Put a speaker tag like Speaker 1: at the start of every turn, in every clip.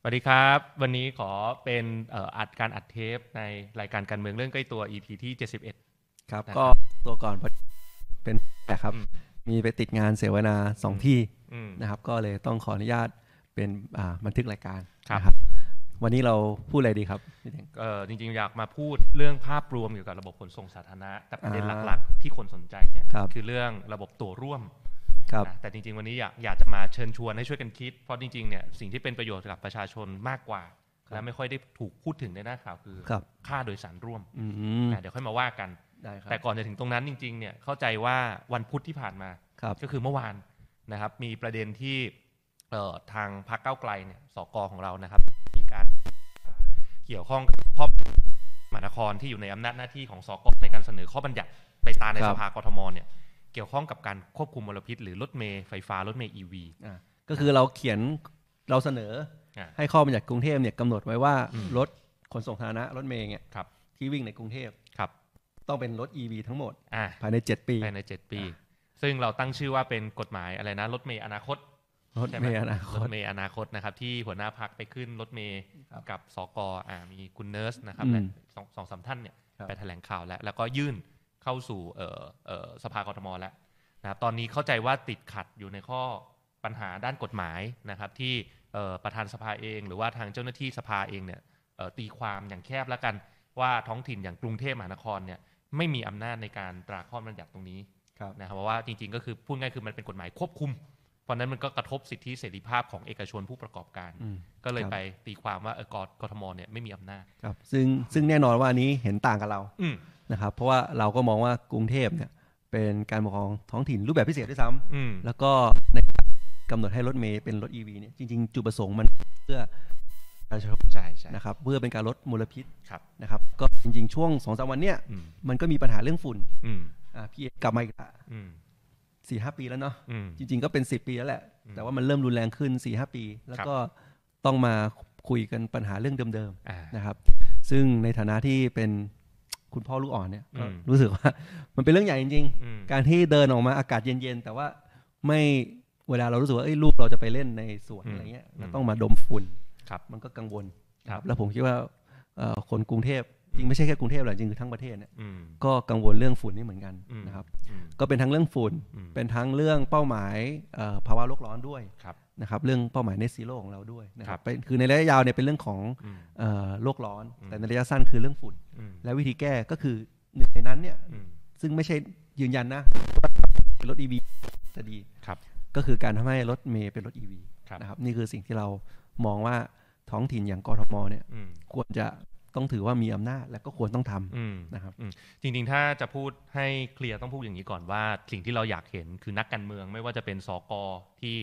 Speaker 1: สวัสดีครับ วันนี้ขอเป็นเอ่ออัดการอัดเทปในรายการการเมืองเรื่องใกล้ตัว EP ที่ 71
Speaker 2: ครับ
Speaker 1: นะครับ
Speaker 2: ก็ตัวก่อนพอเป็นแปลกครับ
Speaker 1: อืม
Speaker 2: มีไปติดงานเสวนาสองที่
Speaker 1: อืม
Speaker 2: นะครับ ก็เลยต้องขออนุญาตเป็นอ่าบันทึกรายการ
Speaker 1: ครับ
Speaker 2: นะวันนี้เราพูดอะไรดีครับพี่เท่ง
Speaker 1: เอ่อจริงๆ อยากมาพูดเรื่องภาพรวมเกี่ยวกับระบบขนส่งสาธารณะแต่ประเด็น
Speaker 2: อ่า
Speaker 1: หลักๆ ที่คนสนใจเนี่ย
Speaker 2: ครับ
Speaker 1: คือเรื่องระบบตัวร่วม
Speaker 2: ครับ
Speaker 1: นะแต่จริงๆ วันนี้อยากอยากจะมาเชิญชวนให้ช่วยกันคิด เพราะจริงๆ เนี่ยสิ่งที่เป็นประโยชน์กับประชาชนมากกว่า
Speaker 2: ครับ
Speaker 1: และไม่ค่อยได้ถูกพูดถึงในหน้าข่าวคือ
Speaker 2: ครับ
Speaker 1: ค่าโดยสารร่วม
Speaker 2: อืม
Speaker 1: นะเดี๋ยวค่อยมาว่ากัน
Speaker 2: ได้ครั
Speaker 1: แต่
Speaker 2: บ
Speaker 1: ก่อนจะถึงตรงนั้นจริงๆ เนี่ยเข้าใจว่าวันพุธที่ผ่านมา
Speaker 2: ครับ
Speaker 1: ก็คือเมื่อวานนะครับมีประเด็นที่เอ่อทางพรรคก้าวไกลเนี่ยสกของเรานะครับ มีการเกี่ยวข้องกับข้อมหานครที่อยู่ในอำนาจหน้าที่ของสกในการเสนอข้อบัญญัติไปตาในสภากทมเนี่ยเกี่ยวข้องกับการควบคุมมลพิษ หรือรถเมล์ไฟฟ้ารถเมล์อีวี
Speaker 2: อ่ะก็คือเราเขียนเราเสนออาให้ข้อบัญญัติกรุงเทพเนี่ยกำหนดไว้ว่า
Speaker 1: อืม
Speaker 2: รถขนส่งสาธารณะรถเมล์เนี่ย
Speaker 1: ครับ
Speaker 2: ที่วิ่งในกรุงเทพ
Speaker 1: ครับ
Speaker 2: ต้องเป็นรถ EV ทั้งหมด
Speaker 1: อ่า
Speaker 2: ภายใน 7 ปี
Speaker 1: ภายใน 7 ปี ซึ่งเราตั้งชื่อว่าเป็นกฎหมายอะไรนะรถเมล์อนาคต
Speaker 2: รถ
Speaker 1: ใช่ไห
Speaker 2: เมล์อนาค
Speaker 1: รถ
Speaker 2: ต
Speaker 1: เมย์อนาคตนะครับที่หัวหน้าพักไปขึ้นรถเมย์
Speaker 2: ครับ
Speaker 1: กับสกอ่ามีคุณเนิร์สนะครับ
Speaker 2: อืม
Speaker 1: และสองสองสามท่านเนี่ย
Speaker 2: ครับ
Speaker 1: ไปแถลงข่าวแล้ว แล้วก็ยื่นเข้าสู่เอ่อเอ่อสภากทมแล้วนะครับตอนนี้เข้าใจว่าติดขัดอยู่ในข้อปัญหาด้านกฎหมายนะครับที่เอ่อประธานสภาเอง หรือว่าทางเจ้าหน้าที่สภาเองเนี่ยเอ่อตีความอย่างแคบแล้วกันว่าท้องถิ่นอย่างกรุงเทพมหานครเนี่ยไม่มีอำนาจในการตราข้อบัญญัติตรงนี้
Speaker 2: ครับ
Speaker 1: นะครับเพราะว่าจริงๆก็คือพูดง่ายคือมันเป็นกฎหมายควบคุม เพราะฉะนั้นมันก็กระทบสิทธิเสรีภาพของเอกชนผู้ประกอบการ
Speaker 2: อืม
Speaker 1: ก็เลย
Speaker 2: ครับ
Speaker 1: ไปตีความว่าเออกกทมเนี่ยไม่มีอำนาจ
Speaker 2: ครับซึ่งซึ่งแน่นอนว่าอันนี้เห็นต่างกับเรา
Speaker 1: อืม
Speaker 2: นะครับเพราะว่าเราก็มองว่ากรุงเทพเนี่ยเป็นการปกครองท้องถิ่นรูปแบบพิเศษด้วยซ้ำ
Speaker 1: อืม
Speaker 2: แล้วก็ในกำหนดให้รถเมย์เป็นรถ EV เนี่ยจริงๆ จุดประสงค์มันเพื่อประชาชน
Speaker 1: ใช่ใช่
Speaker 2: นะครับเพื่อเป็นการลดมลพิษ
Speaker 1: ครับ
Speaker 2: นะครับก็จริงๆ ช่วง2อสวันเนี่ย
Speaker 1: อืม
Speaker 2: มันก็มีปัญหาเรื่องฝุ่น
Speaker 1: อืม
Speaker 2: อ่าพี่กลับมาอีกละ
Speaker 1: อืม
Speaker 2: สี่ห้าปีแล้วเนาะ
Speaker 1: อืม
Speaker 2: จริงๆก็เป็น 10 ปีแล้วแหละ
Speaker 1: อืม
Speaker 2: แต่ว่ามันเริ่มรุนแรงขึ้น4ี่หปี แล้ว
Speaker 1: ครับ
Speaker 2: ก็ต้องมาคุยกันปัญหาเรื่องเดิมๆ
Speaker 1: อ่า
Speaker 2: นะครับซึ่งในฐานะที่เป็นคุณพ่อลูกอ่อนเนี่ยก็
Speaker 1: อืม
Speaker 2: รู้สึกว่า มันเป็นเรื่องใหญ่จริง
Speaker 1: อืม
Speaker 2: ๆ การที่เดินออกมาอากาศเย็นๆ แต่ว่าไม่เวลาเรารู้สึกว่าเอ้ยลูกเราจะไปเล่นในสวนอะไรเงี้ยเราต้องมาดมฝุ่น
Speaker 1: ครับ
Speaker 2: มันก็กังวล
Speaker 1: ครับ
Speaker 2: แล้วผมคิดว่าเอ่อคนกรุงเทพจริงไม่ใช่แค่กรุงเทพหรอกจริงคือทั้งประเทศเนี่ย
Speaker 1: อืม
Speaker 2: ก็กังวลเรื่องฝุ่นนี่เหมือนกัน
Speaker 1: อืม
Speaker 2: นะครับ
Speaker 1: อืม
Speaker 2: ก็เป็นทั้งเรื่องฝุ่น
Speaker 1: อืม
Speaker 2: เป็นทั้งเรื่องเป้าหมายเอ่อภาวะโลกร้อนด้วย
Speaker 1: ครับ
Speaker 2: นะครับเรื่องเป้าหมายในซีโร่ของเราด้วยนะค
Speaker 1: ครั
Speaker 2: รับบ เป็นคือในระยะยาวเนี่ยเป็นเรื่องของ
Speaker 1: อืม
Speaker 2: เอ่อโลกร้อน
Speaker 1: อืม
Speaker 2: แต่ในระยะสั้นคือเรื่องฝุ่น
Speaker 1: อืม
Speaker 2: และวิธีแก้ก็คือหนึ่งในนั้นเนี่ย
Speaker 1: อืม
Speaker 2: ซึ่งไม่ใช่ยืนยันนะว่ารถ EV จะดี
Speaker 1: ครับ
Speaker 2: ก็คือการทำให้รถเมย์เป็นรถ EV
Speaker 1: ครับ
Speaker 2: นะครับนี่คือสิ่งที่เรามองว่าท้องถิ่นอย่างกรทมเนี่ย
Speaker 1: อืม
Speaker 2: ควรจะต้องถือว่ามีอำนาจและก็ควรต้องทำ
Speaker 1: อืม
Speaker 2: นะครับ
Speaker 1: จริงๆ ถ้าจะพูดให้เคลียร์ต้องพูดอย่างนี้ก่อนว่าสิ่งที่เราอยากเห็นคือนักการเมืองไม่ว่าจะเป็นสกที่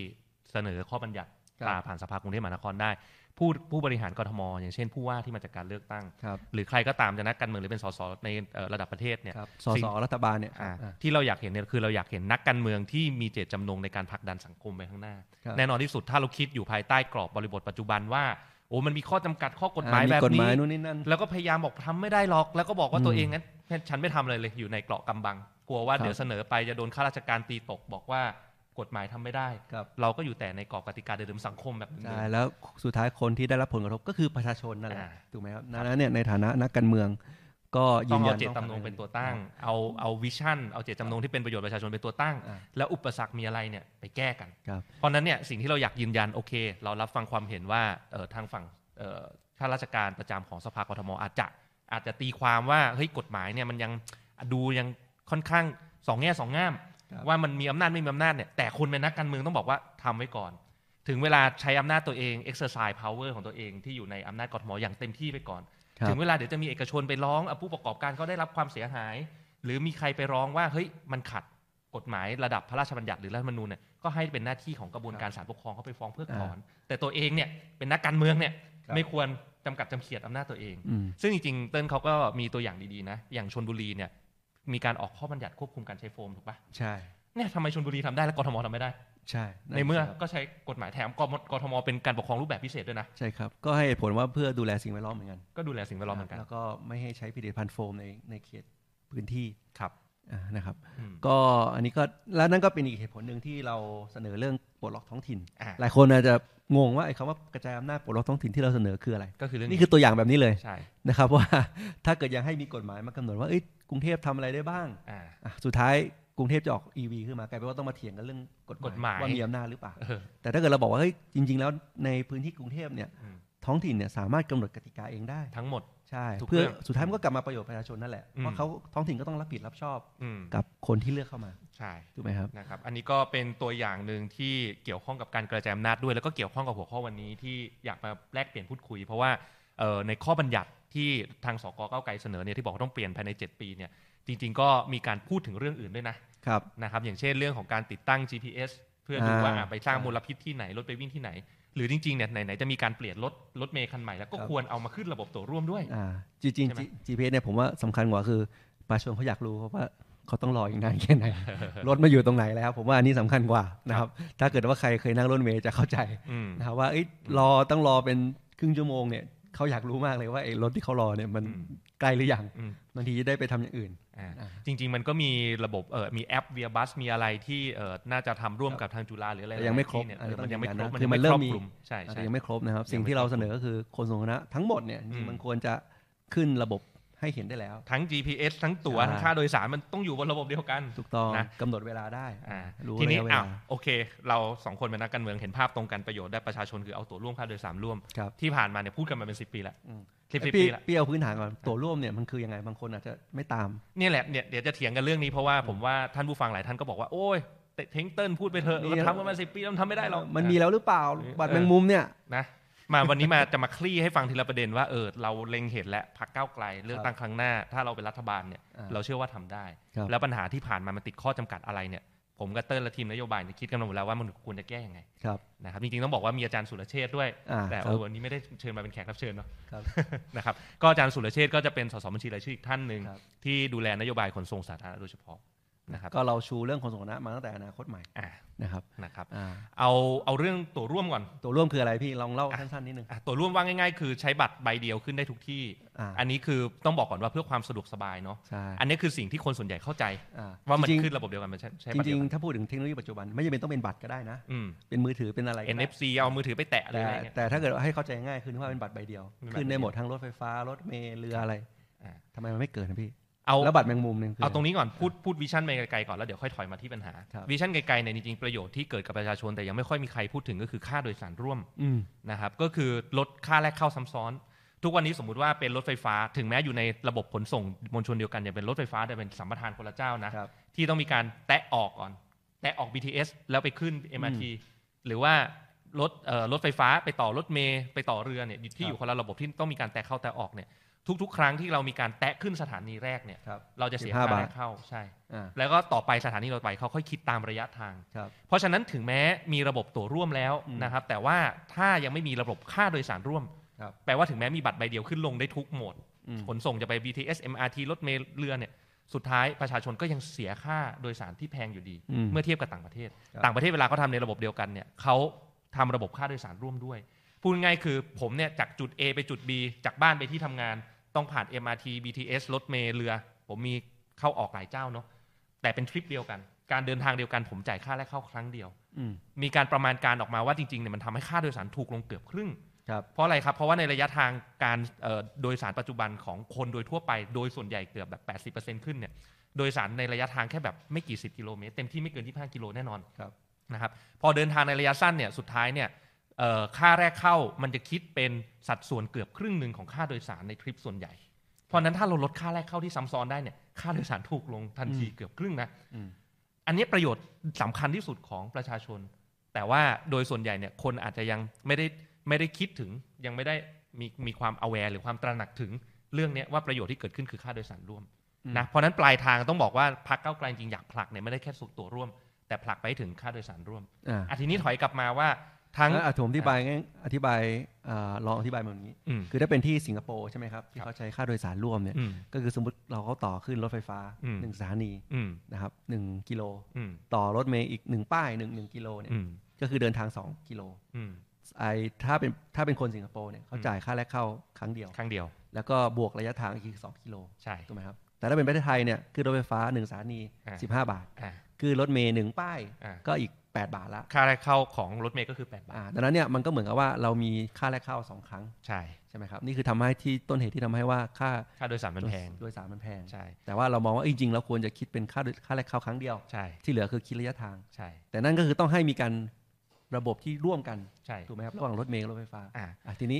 Speaker 1: เสนอข้อบัญญัติ
Speaker 2: ครับ
Speaker 1: ตาผ่านสภากรุงเทพมหานครได้ผู้ผู้บริหารกรทม อย่างเช่นผู้ว่าที่มาจากการเลือกตั้ง
Speaker 2: ครับ
Speaker 1: หรือใครก็ตามจะนักการเมืองหรือเป็นสสในเอ่อระดับประเทศเนี่ย
Speaker 2: ครับส
Speaker 1: สิ่
Speaker 2: ส
Speaker 1: ง
Speaker 2: รัฐบาลเนี่ย
Speaker 1: อ่า
Speaker 2: อ่า
Speaker 1: ที่เราอยากเห็นเนี่ยคือเราอยากเห็นนักการเมืองที่มีเจตจำนงในการผลักดันสังคมไปข้างหน้า
Speaker 2: ครับ
Speaker 1: แน่นอนที่สุดถ้าเราคิดอยู่ภายใต้กรอบบริบทปัจจุบันว่าโอ้มันมีข้อจำกัดข้อกฎหมาย
Speaker 2: อ่
Speaker 1: แบบ
Speaker 2: กฎห
Speaker 1: นี้
Speaker 2: มายนู่นนี่นั่น
Speaker 1: แล้วก็พยายามบอกทำไม่ได้หรอก แล้วก็บอกว่า
Speaker 2: อืม
Speaker 1: ตัวเองนั้นฉันไม่ทำอะไรเลยอยู่ในเกราะกำบัง กลัวว่า
Speaker 2: ครับ
Speaker 1: เดี๋ยวเสนอไปจะโดนข้าราชการตีตก บอกว่ากฎหมายทำไม่ได้
Speaker 2: ครับ
Speaker 1: เราก็อยู่แต่ในกรอบกติกาเดิมๆสังคมแบบนี้
Speaker 2: ใช่แล้วสุดท้ายคนที่ได้รับผลกระทบก็คือประชาชนนั่นแหละ
Speaker 1: อ่า
Speaker 2: ถูกไหมครับดังนั้นเนี่ยในฐานะนักการเมือง ก็ยื
Speaker 1: ต้อง
Speaker 2: นยั
Speaker 1: เอา
Speaker 2: น
Speaker 1: เจตจำนงเป็นตัวตั้ง เอาเอาวิชั่นเอาเจตจำนงที่เป็นประโยชน์ประชาชนเป็นตัวตั้ง
Speaker 2: อ่า
Speaker 1: แล้วอุปสรรคมีอะไรเนี่ยไปแก้กัน
Speaker 2: ครับ
Speaker 1: เพราะฉะนั้นเนี่ยสิ่งที่เราอยากยืนยันโอเค เรารับฟังความเห็นว่าเอ่อทางฝั่งเอ่อข้าราชการประจำของสภากทมอาจจะอาจจะตีความว่าเฮ้ยกฎหมายเนี่ยมันยังดูยังค่อนข้างสองแง่สองงาม
Speaker 2: ครับ
Speaker 1: ว่ามันมีอำนาจไม่มีอำนาจเนี่ยแต่คนเป็นนักการเมืองต้องบอกว่าทำไว้ก่อน ถึงเวลาใช้อำนาจตัวเอง exercise power ของตัวเองที่อยู่ในอำนาจกทมอย่างเต็มที่ไปก่อน ถึงเวลาเดี๋ยวจะมีเอกชนไปร้องอ่ะผู้ประกอบการเขาได้รับความเสียหาย หรือมีใครไปร้องว่าเฮ้ยมันขัดกฎหมายระดับพระราชบัญญัติหรือรัฐธรรมนูญเนี่ยก็ให้เป็นหน้าที่ของกระบวนการศาลปกครองเขาไปฟ้องเพิกถอน แต่ตัวเองเนี่ยเป็นนักการเมืองเนี่ย
Speaker 2: ครับ
Speaker 1: ไม่ควรจำกัดจำเขียดอำนาจตัวเอง
Speaker 2: อืม
Speaker 1: ซึ่งจริงๆเติ้ลเขาก็มีตัวอย่างดีๆนะอย่างชนบุรีเนี่ยมีการออกข้อบัญญัติควบคุมการใช้โฟมถูกปะ
Speaker 2: ใช่
Speaker 1: เนี่ยทำไมชนบุรีทำได้แล้วกทมทำไม่ได้
Speaker 2: ใช่
Speaker 1: ในเมื่อ
Speaker 2: ครับ
Speaker 1: ก็ใช้กฎหมายแถมกมกทมเป็นการปกครองรูปแบบพิเศษด้วยนะ
Speaker 2: ใช่ครับ ก็ให้เหตุผลว่าเพื่อดูแลสิ่งแวดล้อมเหมือนกัน
Speaker 1: ก็ดูแลสิ่งแวดล้อมเหมือนกัน
Speaker 2: แล้วก็ไม่ให้ใช้ผลิตภัณฑ์โฟมในในเขตพื้นที่
Speaker 1: ครับ
Speaker 2: อ่านะครับ
Speaker 1: อืม
Speaker 2: ก็อันนี้ก็แล้วนั่นก็เป็นอีกเหตุผลหนึ่งที่เราเสนอเรื่องปลดล็อกท้องถิ่น
Speaker 1: อ่ะ
Speaker 2: หลายคนอาจจะ งงว่าไอ้คำว่ากระจายอำนาจปลดล็อกท้องถิ่นที่เราเสนอคืออะไร
Speaker 1: ก็คือเรื่อง
Speaker 2: นี่คือตัวอย่างแบบนี้เลย
Speaker 1: ใช่
Speaker 2: นะครับ ว่า ถ้าเกิดยังให้มีกฎหมายมากำหนดว่าเอ้ยกรุงเทพทำอะไรได้บ้าง
Speaker 1: อ่า
Speaker 2: อ่ะสุดท้ายกรุงเทพจะออก EV ขึ้นมากลายเป็นว่าต้องมาเถียงกันเรื่องกฎ
Speaker 1: กฎหมาย
Speaker 2: ว่ามีอำนาจหรือเปล่า
Speaker 1: เออ
Speaker 2: แต่ถ้าเกิดเราบอกว่าเฮ้ยจริง ๆ แล้วในพื้นที่กรุงเทพเนี่ย
Speaker 1: อืม
Speaker 2: ท้องถิ่นเนี่ยสามารถกำหนดกติกาเองได้
Speaker 1: ทั้งหมด
Speaker 2: ใช่
Speaker 1: ถูก
Speaker 2: เพื่อ
Speaker 1: เรื่อง
Speaker 2: สุดท้ายมันก็กลับมาประโยชน์ประชาชนนั่นแหละ
Speaker 1: อืม
Speaker 2: เพราะเขาท้องถิ่นก็ต้องรับผิดรับชอบ
Speaker 1: อืม
Speaker 2: กับคนที่เลือกเข้ามา
Speaker 1: ใช่
Speaker 2: ถูกไหมครับ
Speaker 1: นะครับ อันนี้ก็เป็นตัวอย่างหนึ่งที่เกี่ยวข้องกับการกระจายอำนาจด้วย แล้วก็เกี่ยวข้องกับหัวข้อวันนี้ที่อยากมาแลกเปลี่ยนพูดคุย เพราะว่าเอ่อในข้อบัญญัติที่ทางสกเก้าวไกลเสนอเนี่ยที่บอกว่าต้องเปลี่ยนภายใน 7 ปีเนี่ยจริง ๆ ก็มีการพูดถึงเรื่องอื่นด้วยนะ
Speaker 2: ครับ
Speaker 1: นะครับอย่างเช่นเรื่องของการติดตั้ง GPS เพื่อดูว่า
Speaker 2: อ่า
Speaker 1: อ่ะไปสร้าง
Speaker 2: ใช่
Speaker 1: มลพิษที่ไหน รถไปวิ่งที่ไหน หรือจริงๆเนี่ยไหนๆจะมีการเปลี่ยนรถรถเมย์คันใหม่แล้วก็
Speaker 2: ครับ
Speaker 1: ควรเอามาขึ้นระบบตัวร่วมด้วย
Speaker 2: อ่าจริง
Speaker 1: ใช่ไหม
Speaker 2: ๆ GPS เนี่ยผมว่าสำคัญกว่าคือประชาชนเขาอยากรู้เพราะว่าเขาต้องรออีกนานแค่ไหน รถมาอยู่ตรงไหนแล้ว ผมว่าอันนี้สำคัญกว่านะครับ ถ้าเกิดว่าใครเคยนั่งรถเมล์จะเข้าใจ
Speaker 1: อืม
Speaker 2: นะครับว่าเอ้ยรอต้องรอเป็นครึ่งชั่วโมงเนี่ยเขาอยากรู้มากเลยว่าไอ้รถที่เขารอเนี่ยมัน
Speaker 1: อืม
Speaker 2: ใกล้หรือยัง
Speaker 1: อืม
Speaker 2: บางทีจะได้ไปทำอย่างอื่น
Speaker 1: อ่า
Speaker 2: อ่า
Speaker 1: จริงๆมันก็มีระบบเออมีแอปเวียบัสมีอะไรที่เออน่าจะทำร่วมกับทางจุฬาหรืออะไร
Speaker 2: แต่ยังไม่ครบ
Speaker 1: เนี่ย
Speaker 2: อันนี้
Speaker 1: เออมัน
Speaker 2: ต้
Speaker 1: ยั
Speaker 2: องง
Speaker 1: ไม่
Speaker 2: ยื
Speaker 1: คน รบ
Speaker 2: ยันนะ
Speaker 1: มัน
Speaker 2: คือ
Speaker 1: ยัง
Speaker 2: มั
Speaker 1: ไม่ค
Speaker 2: นเริ่
Speaker 1: รอ
Speaker 2: ม
Speaker 1: บ
Speaker 2: มี
Speaker 1: คลุมใช่
Speaker 2: อาจ
Speaker 1: ใช่
Speaker 2: จะยังไม่ครบนะครับ
Speaker 1: ยังไม่
Speaker 2: สิ่งที่เรา
Speaker 1: ครบ
Speaker 2: เสนอก็คือคนสาธารณะทั้งหมดเนี่ยจริ
Speaker 1: อืม
Speaker 2: งๆมันควรจะขึ้นระบบให้เห็นได้แล้ว
Speaker 1: ทั้ง GPS ทั้งตั๋ว
Speaker 2: ใช่
Speaker 1: ทั้งค่าโดยสารมันต้องอยู่บนระบบเดียวกัน
Speaker 2: ถูกต้อง
Speaker 1: นะ
Speaker 2: กำหนดเวลาได้
Speaker 1: อ่า
Speaker 2: รู้
Speaker 1: ทีนี้
Speaker 2: ระยะเวลา
Speaker 1: อ่ะโอเค เราสองคนเป็นนักการเมืองเห็นภาพตรงกันประโยชน์ได้ประชาชนคือเอาตั๋วร่วมค่าโดยสารร่วม
Speaker 2: ครับ
Speaker 1: ที่ผ่านมาเนี่ยพูดกันมาเป็นสิบปีละ
Speaker 2: อืม
Speaker 1: สิบสิบ
Speaker 2: พี่
Speaker 1: ปีละ
Speaker 2: พี่เอาพื้นฐานก่อนตัวร่วมเนี่ยมันคือยังไงบางคนอาจจะไม่ตาม
Speaker 1: เนี่ยแหละเนี่ยเดี๋ยวจะเถียงกันเรื่องนี้เพราะว่าผมว่าท่านผู้ฟังหลายท่านก็บอกว่า โอ้ยเตเท้งเติ้ลพูดไปเถอะ
Speaker 2: มี
Speaker 1: เราทำกันมาสิบปีเราทำไม่ได้หรอก
Speaker 2: มันมีแล้วหรือเปล่า บัตรแมงมุมเนี่ย
Speaker 1: นะมาวันนี้มา จะมาคลี่ให้ฟังทีละประเด็นว่าเออเราเล็งเห็นและพักก้าวไกลเลือกตั้งครั้งหน้า ถ้าเราเป็นรัฐบาลเนี่ย
Speaker 2: อ่า
Speaker 1: เราเชื่อว่าทำได้
Speaker 2: ครับ
Speaker 1: แล้วปัญหาที่ผ่านมามันติดข้อจำกัดอะไรเนี่ย ผมกับเติ้ลและทีมนโยบายเนี่ยคิดกันมาหมดแล้วว่ามันควรจะแก้ยังไง
Speaker 2: ครับ
Speaker 1: นะครับจริงๆต้องบอกว่ามีอาจารย์สุรเชษฐ์ด้วย
Speaker 2: อ่า
Speaker 1: แต่
Speaker 2: ค
Speaker 1: เอ
Speaker 2: รับ
Speaker 1: อวันนี้ไม่ได้เชิญมาเป็นแขกรับเชิญเนาะ
Speaker 2: ครับ
Speaker 1: นะครับก็อาจารย์สุรเชษฐ์ก็จะเป็นสสบัญชีรายชื่ออีกท่านหนึ่ง
Speaker 2: ครับ
Speaker 1: ที่ดูแลนโยบายขนส่งสาธารณะโดยเฉพาะนะครับ
Speaker 2: ก็เราชูเรื่องคนสาธารณะมาตั้งแต่อนาคตใหม่
Speaker 1: อ่ะ
Speaker 2: นะครับ
Speaker 1: นะครับ
Speaker 2: อ่า
Speaker 1: เอาเอาเรื่องตัวร่วมก่อน
Speaker 2: ตัวร่วมคืออะไรพี่ลองเล่าสั้นๆนิดนึง
Speaker 1: อ่ะตัวร่วมว่าง่ายๆ คือใช้บัตรใบเดียวขึ้นได้ทุกที่
Speaker 2: อ่า
Speaker 1: อันนี้คือต้องบอกก่อนว่าเพื่อความสะดวกสบายเนาะ
Speaker 2: ใช่
Speaker 1: อันนี้คือสิ่งที่คนส่วนใหญ่เข้าใจ
Speaker 2: อ่
Speaker 1: ว่ามัน
Speaker 2: จริง
Speaker 1: ขึ้นระบบเดียวกันมันใช้ใช้บัตร
Speaker 2: จริ
Speaker 1: เดีย
Speaker 2: ง
Speaker 1: วกัน
Speaker 2: ๆถ้าพูดถึงเทคโนโลยีปัจจุบันไม่จำเป็นต้องเป็นบัตรก็ได้นะ
Speaker 1: อืม
Speaker 2: เป็นมือถือเป็นอะไรก็ได้
Speaker 1: NFC เอามือถือไปแตะเลย
Speaker 2: แต่
Speaker 1: อะไรเงี้ย
Speaker 2: แต่ถ้าเกิดว่าให้เข้าใจง่ายคือนึกว่าเป็นบัตรใบเดียว
Speaker 1: เป็นบัตร
Speaker 2: ขึ้นได้
Speaker 1: ใบเดียว
Speaker 2: หมดทั้งรถไฟฟ้ารถเมล์เรืออะไร
Speaker 1: อ่า
Speaker 2: ทำไมมันไม่เกิดนะพี่
Speaker 1: เอา
Speaker 2: แล้วบัตรแมงมุมหนึ่งคือ
Speaker 1: เอาตรงนี้ก่อนพูดพูดวิชั่นไปไกลๆก่อนแล้วเดี๋ยวค่อยถอยมาที่ปัญหา
Speaker 2: ครับ
Speaker 1: วิชั่นไกลๆเนี่ยจริงๆประโยชน์ที่เกิดกับประชาชนแต่ยังไม่ค่อยมีใครพูดถึงก็คือค่าโดยสารร่วม
Speaker 2: อืม
Speaker 1: นะครับก็คือลดค่าแรกเข้าซ้ำซ้อน ทุกวันนี้สมมุติว่าเป็นรถไฟฟ้า ถึงแม้อยู่ในระบบขนส่งมวลชนเดียวกันเนี่ยเป็นรถไฟฟ้าแต่เป็นสัมปทานคนละเจ้านะครับที่ต้องมีการแตะออกก่อน แตะออก BTS แล้วไปขึ้น MRT หรือว่ารถเอ่อรถไฟฟ้าไปต่อรถเมย์ไปต่อเรือเนี่ยที่
Speaker 2: ครับ
Speaker 1: อยู่คนละระบบที่ต้องมีการแตะเข้าแตะออกเนี่ยทุกๆ ครั้งที่เรามีการแตะขึ้นสถานีแรกเนี่ย
Speaker 2: ครับ
Speaker 1: เราจะเสีย
Speaker 2: 15
Speaker 1: ค่า
Speaker 2: บา
Speaker 1: แร
Speaker 2: ท
Speaker 1: กเข้าใช่
Speaker 2: อ่า
Speaker 1: แล้วก็ต่อไปสถานีต่อไปเขาค่อยคิดตามระยะทาง
Speaker 2: ครับ
Speaker 1: เพราะฉะนั้นถึงแม้มีระบบตั๋วร่วมแล้ว
Speaker 2: อืม
Speaker 1: นะครับ แต่ว่าถ้ายังไม่มีระบบค่าโดยสารร่วม
Speaker 2: ครับ
Speaker 1: แปลว่าถึงแม้มีบัตรใบเดียวขึ้นลงได้ทุกโหมด
Speaker 2: อืม
Speaker 1: ขนส่งจะไป BTS MRT รถเมล์เรือเนี่ยสุดท้ายประชาชนก็ยังเสียค่าโดยสารที่แพงอยู่ดี
Speaker 2: อืม
Speaker 1: เมื่อเทียบกับต่างประเทศ
Speaker 2: ครับ
Speaker 1: ต่างประเทศเวลาเขาทำในระบบเดียวกันเนี่ยเขาทำระบบค่าโดยสารร่วมด้วยพูดง่ายๆคือผมเนี่ยจากจุด A ไปจุด B จากบ้านไปที่ทำงาน ต้องผ่าน MRT BTS รถเมล์เรือ ผมมีเข้าออกหลายเจ้าเนาะแต่เป็นทริปเดียวกัน การเดินทางเดียวกันผมจ่ายค่าแรกเข้าครั้งเดียว
Speaker 2: อืม
Speaker 1: มีการประมาณการออกมาว่าจริงๆเนี่ยมันทำให้ค่าโดยสารถูกลงเกือบครึ่ง
Speaker 2: ครับ
Speaker 1: เพราะอะไรครับ เพราะว่าในระยะทางการเอ่อโดยสารปัจจุบันของคนโดยทั่วไป โดยส่วนใหญ่เกือบแบบ 80%ขึ้นเนี่ยโดยสารในระยะทางแค่แบบไม่กี่สิบกิโลเมตร เต็มที่ไม่เกินที่5กิโลแน่นอน
Speaker 2: ครับ
Speaker 1: นะครับพอเดินทางในระยะสั้นเนี่ยสุดท้ายเนี่ยเอ่อค่าแรกเข้ามันจะคิดเป็นสัดส่วนเกือบครึ่งหนึ่งของค่าโดยสารในทริปส่วนใหญ่ เพราะฉะนั้นถ้าเราลดค่าแรกเข้าที่ซ้ำซ้อนได้เนี่ยค่าโดยสารถูกลงทันทีเกือบครึ่งนะ
Speaker 2: อืม
Speaker 1: อันนี้ประโยชน์สำคัญที่สุดของประชาชน แต่ว่าโดยส่วนใหญ่เนี่ยคนอาจจะยังไม่ได้ไม่ได้คิดถึงยังไม่ได้มีมีความ aware หรือความตระหนักถึงเรื่องเนี้ยว่าประโยชน์ที่เกิดขึ้นคือค่าโดยสารร่วม
Speaker 2: อืม
Speaker 1: นะเพราะฉะนั้นปลายทางต้องบอกว่าพักเก้าวไกลจริงอยากผลักเนี่ยไม่ได้แค่สุดตัวร่วม แต่ผลักไปถึงค่าโดยสารร่วม
Speaker 2: อ่า
Speaker 1: อ่ะทีนี้ถอยกลับมาว่าทั้ง
Speaker 2: แล้วอ่ะผมอธิบายงั้นอธิบายอ่าลองอธิบายแบบนี้
Speaker 1: อืม
Speaker 2: คือถ้าเป็นที่สิงคโปร์ใช่ไหมครับ ที่
Speaker 1: ครับ
Speaker 2: เขาใช้ค่าโดยสารร่วมเนี่ย
Speaker 1: อืม
Speaker 2: ก็คือสมมติเราเขาต่อขึ้นรถไฟฟ้า
Speaker 1: อืม
Speaker 2: หนึ่งสถานี
Speaker 1: อืม
Speaker 2: นะครับหนึ่งกิโล
Speaker 1: อืม
Speaker 2: ต่อรถเมล์อีกหนึ่งป้ายหนึ่งหนึ่งกิโลเนี่ย
Speaker 1: อืม
Speaker 2: ก็คือเดินทางสองกิโล
Speaker 1: อืม
Speaker 2: ไอ้ถ้าเป็นถ้าเป็นคนสิงคโปร์เนี่ยเขาจ่ายค่าแรกเข้าครั้งเดียว
Speaker 1: ครั้งเดียว
Speaker 2: แล้วก็บวกระยะทางอีกสองกิโล
Speaker 1: ใช่
Speaker 2: ถูกไหมครับแต่ถ้าเป็นประเทศไทยเนี่ยคือรถไฟฟ้าหนึ่งสถานี
Speaker 1: อ่า
Speaker 2: สิบห้าบาท
Speaker 1: อ่ะ
Speaker 2: คือรถเมล์หนึ่งป้าย
Speaker 1: อ่ะ
Speaker 2: ก็อีก 8 บาทละ
Speaker 1: ค่าแรกเข้าของรถเมล์ก็คือ 8 บาท
Speaker 2: อ่าดังนั้นเนี่ยมันก็เหมือนกับว่าเรามีค่าแรกเข้าสองครั้ง
Speaker 1: ใช่
Speaker 2: ใช่ไหมครับนี่คือทำให้ที่ต้นเหตุที่ทำให้ว่าค่า
Speaker 1: ค่าโดยสารมันแพง
Speaker 2: โดยสารมันแพง
Speaker 1: ใช่
Speaker 2: แต่ว่าเรามองว่าเอ้ยจริงๆเราควรจะคิดเป็นค่าโดยค่าแรกเข้าครั้งเดียว
Speaker 1: ใช่
Speaker 2: ที่เหลือคือคิดระยะทาง
Speaker 1: ใช่
Speaker 2: แต่นั่นก็คือต้องให้มีการระบบที่ร่วมกัน
Speaker 1: ใช่
Speaker 2: ถูกไหมครับระหว่างรถเมล์กับรถไฟฟ้า
Speaker 1: อ่า
Speaker 2: อ่ะทีนี้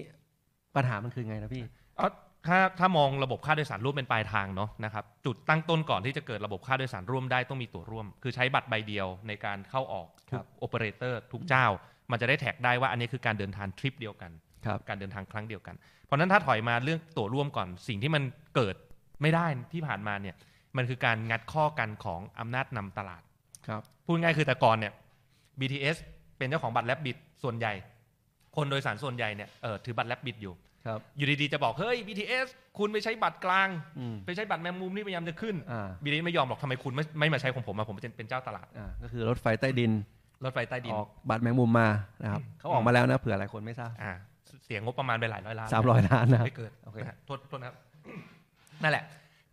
Speaker 2: ปัญหามันคือไงนะพี่
Speaker 1: เอาถ้าถ้ามองระบบค่าโดยสารร่วมเป็นปลายทางเนาะนะครับจุดตั้งต้นก่อนที่จะเกิดระบบค่าโดยสารร่วมได้ต้องมีตั๋วร่วม คือใช้บัตรใบเดียวในการเข้าออกทุ
Speaker 2: ครั
Speaker 1: ก
Speaker 2: บ
Speaker 1: โอเปอเรเตอร์ทุกเจ้า มันจะได้แท็กได้ว่าอันนี้คือการเดินทางทริปเดียวกัน
Speaker 2: ครับ
Speaker 1: การเดินทางครั้งเดียวกัน เพราะฉะนั้นถ้าถอยมาเรื่องตั๋วร่วมก่อนสิ่งที่มันเกิดไม่ได้ที่ผ่านมาเนี่ยมันคือการงัดข้อกันของอำนาจนำตลาด
Speaker 2: ครับ
Speaker 1: พูดง่ายคือแต่ก่อนเนี่ย BTS เป็นเจ้าของบัตรแลบบิดส่วนใหญ่ คนโดยสารส่วนใหญ่เนี่ยเออถือบัตรแลบบิดอยู่
Speaker 2: ครับ
Speaker 1: อยู่ดีๆ จะบอก เฮ้ย BTS คุณไปใช้บัตรกลาง
Speaker 2: อืม
Speaker 1: ไปใช้บัตรแมงมุมนี่พยายามจะขึ้น
Speaker 2: อ่า
Speaker 1: BTS ไม่ยอมหรอกทำไมคุณไม่ไม่มาใช้ของผมมาผมเป็นเป็นเจ้าตลาด
Speaker 2: อ่าก็คือรถไฟใต้ดิน
Speaker 1: รถไฟใต้ดิน
Speaker 2: ออกบัตรแมงมุมมานะครับเขาออกมาแล้วนะเผื่อหลายคนไม่ทราบ
Speaker 1: อ่าเสียงงบประมาณไปหลายร้อยล้าน
Speaker 2: สามร้อยล้านนะ
Speaker 1: ไม่เกิด
Speaker 2: โอเค
Speaker 1: นะฮะโทษโทษนะครับ นั่นแหละ